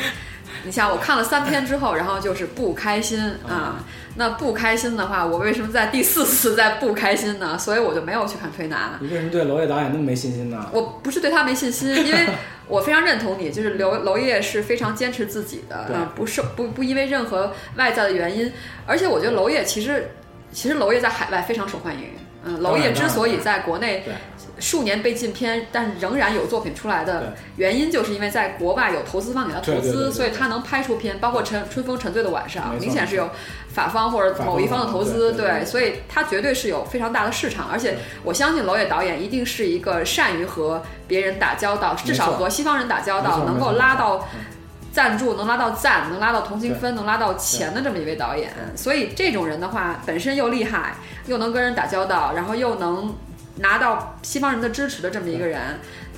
你像我看了三篇之后，然后就是不开心
嗯
啊、那不开心的话，我为什么在第四次再不开心呢？所以我就没有去看推拿。
你为什么对娄烨导演那么没信心呢？
我不是对他没信心，因 为我非常认同你，就是刘娄烨是非常坚持自己的，
对
啊，不受不不因为任何外在的原因，而且我觉得娄烨其实其实娄烨在海外非常受欢迎。嗯，
当然
娄烨之所以在国内
对
数年被禁片，但仍然有作品出来的
对
原因，就是因为在国外有投资方给他投
对对对
资，
对
所以他能拍出片，包括《春春风沉醉的晚上
没》，错
明显是有法方或者
法方
某一方的投资，
对对对对
所以他绝对是有非常大的市场，而且我相信娄烨导演一定是一个善于和别人打交道，
错
至少和西方人打交
没
道，
错
能够
没错
拉
没错
到
嗯
赞助，能拉到赞，能拉到同情分，能拉到钱的这么一位导演。所以这种人的话，本身又厉害，又能跟人打交道，然后又能拿到西方人的支持的这么一个人，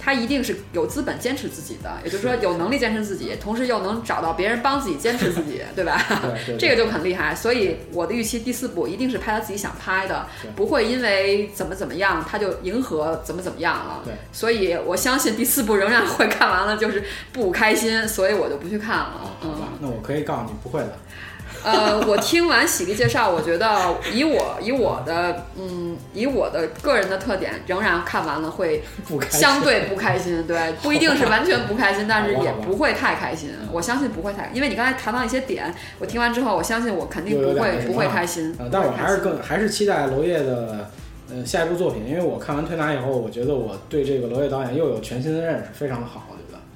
他一定是有资本坚持自己的，也就是说有能力坚持自己，同时又能找到别人帮自己坚持自己，对吧？
对对，
这个就很厉害，所以我的预期第四部一定是拍他自己想拍的
对，
不会因为怎么怎么样他就迎合怎么怎么样了。
对，
所以我相信第四部仍然会看完了就是不开心，所以我就不去看了。
哦好
嗯，
吧，那我可以告诉你不会的。
呃，我听完喜力介绍，我觉得以我以我的嗯以我的个人的特点，仍然看完了会
不开心
相对不开心， 对，不一定是完全不开心，但是
好吧
也
好吧
不会太开心
嗯。
我相信不会太，因为你刚才谈到一些点，我听完之后，我相信我肯定
又有
不
点
会
那什
不
么
会
了
开心
呃，。但我还是更还是期待娄烨的呃下一部作品，因为我看完《推拿》以后，我觉得我对这个娄烨导演又有全新的认识，非常的好，我觉得。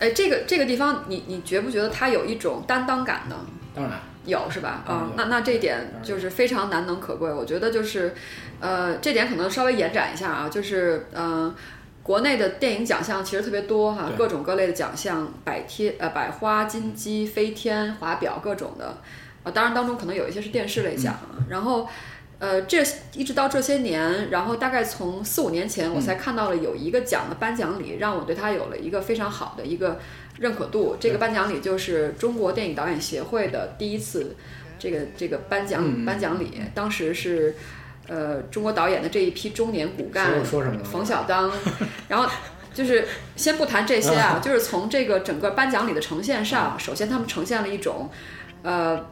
哎，这个这个地方，你你觉不觉得他有一种担当感呢？
当然，
有是吧？
当然
啊、
有
那那这一点
当然有
就是非常难能可贵。我觉得就是，呃，这点可能稍微延展一下啊，就是嗯、呃国内的电影奖项其实特别多哈、
对嗯
各种各类的奖项，百天呃百花、金鸡、飞天、华表各种的，啊，当然当中可能有一些是电视类奖啊，
嗯
然后。呃，这一直到这些年，然后大概从四五年前，我
嗯
才看到了有一个奖的颁奖礼，让我对它有了一个非常好的一个认可度。这个颁奖礼就是中国电影导演协会的第一次这个这个颁奖、
嗯嗯
颁奖礼，当时是呃中国导演的这一批中年骨干
谁又说什么了？
冯小刚，然后就是先不谈这些 啊，就是从这个整个颁奖礼的呈现上，首先他们呈现了一种，呃，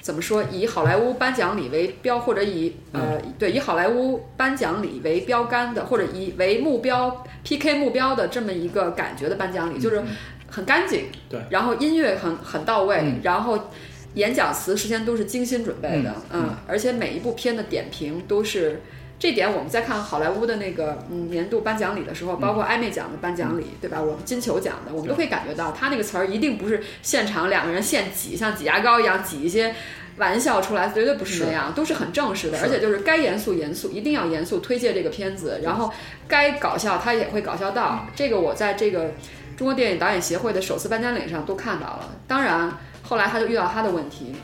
怎么说，以好莱坞颁奖礼为标，或者以呃
嗯
对以好莱坞颁奖礼为标杆的，或者以为目标 PK 目标的这么一个感觉的颁奖礼，就是很干净，
嗯对，
然后音乐很很到位，
嗯
然后。演讲词事先都是精心准备的，
嗯
嗯，而且每一部片的点评都是这点我们在看好莱坞的那个嗯年度颁奖礼的时候，包括艾美奖的颁奖礼，对吧？我们金球奖的，我们都可以感觉到，他那个词儿一定不是现场两个人现挤，像挤牙膏一样挤一些玩笑出来，绝对不是那样，都是很正式的，
是
而且就是该严肃严肃，一定要严肃推介这个片子，然后该搞笑他也会搞笑到。这个我在这个中国电影导演协会的首次颁奖礼上都看到了。当然，后来他就遇到他的问题，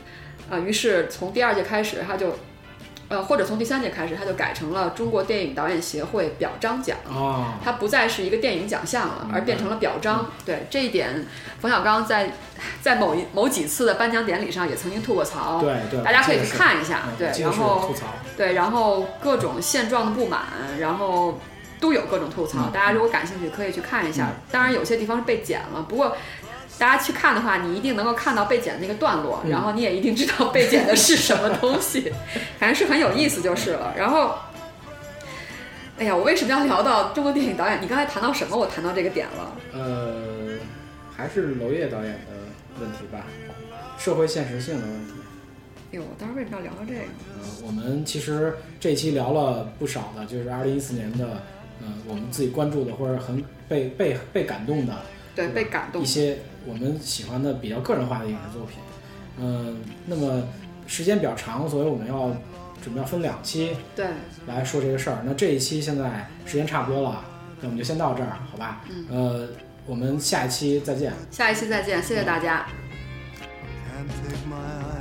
啊、于是从第二届开始他就。呃，或者从第三届开始，他就改成了中国电影导演协会表彰奖，
啊，
它不再是一个电影奖项了
明，白
而变成了表
嗯
彰。对这一点，冯小刚在在某一某几次的颁奖典礼上也曾经吐过槽，
对对，
大家可以
我记
去
得是，
看一下
嗯。
对
我，记得
然
是
后
吐槽，
对，然后各种现状的不满，然后都有各种吐槽。
嗯
大家如果感兴趣，可以去看一下
嗯。
当然有些地方是被剪了，不过。大家去看的话，你一定能够看到被剪的那个段落，
嗯
然后你也一定知道被剪的是什么东 西，反正是很有意思就是了。然后，哎呀，我为什么要聊到中国电影导演？你刚才谈到什么？我谈到这个点了。
呃，还是娄烨导演的问题吧，社会现实性的问题。
哎呦，我当时为什么要聊到这个？
呃，我们其实这期聊了不少的，就是二零一四年的，呃，我们自己关注的或者很被被被感动的
对，
对
被感动
一。些我们喜欢的比较个人化的影视作品。嗯，那么时间比较长，所以我们要准备要分两期
对，
来说这个事儿。那这一期现在时间差不多了，那我们就先到这儿，好吧？
嗯
呃，我们下一期再见。
下一期再见，谢谢大家。
Can't take my eyes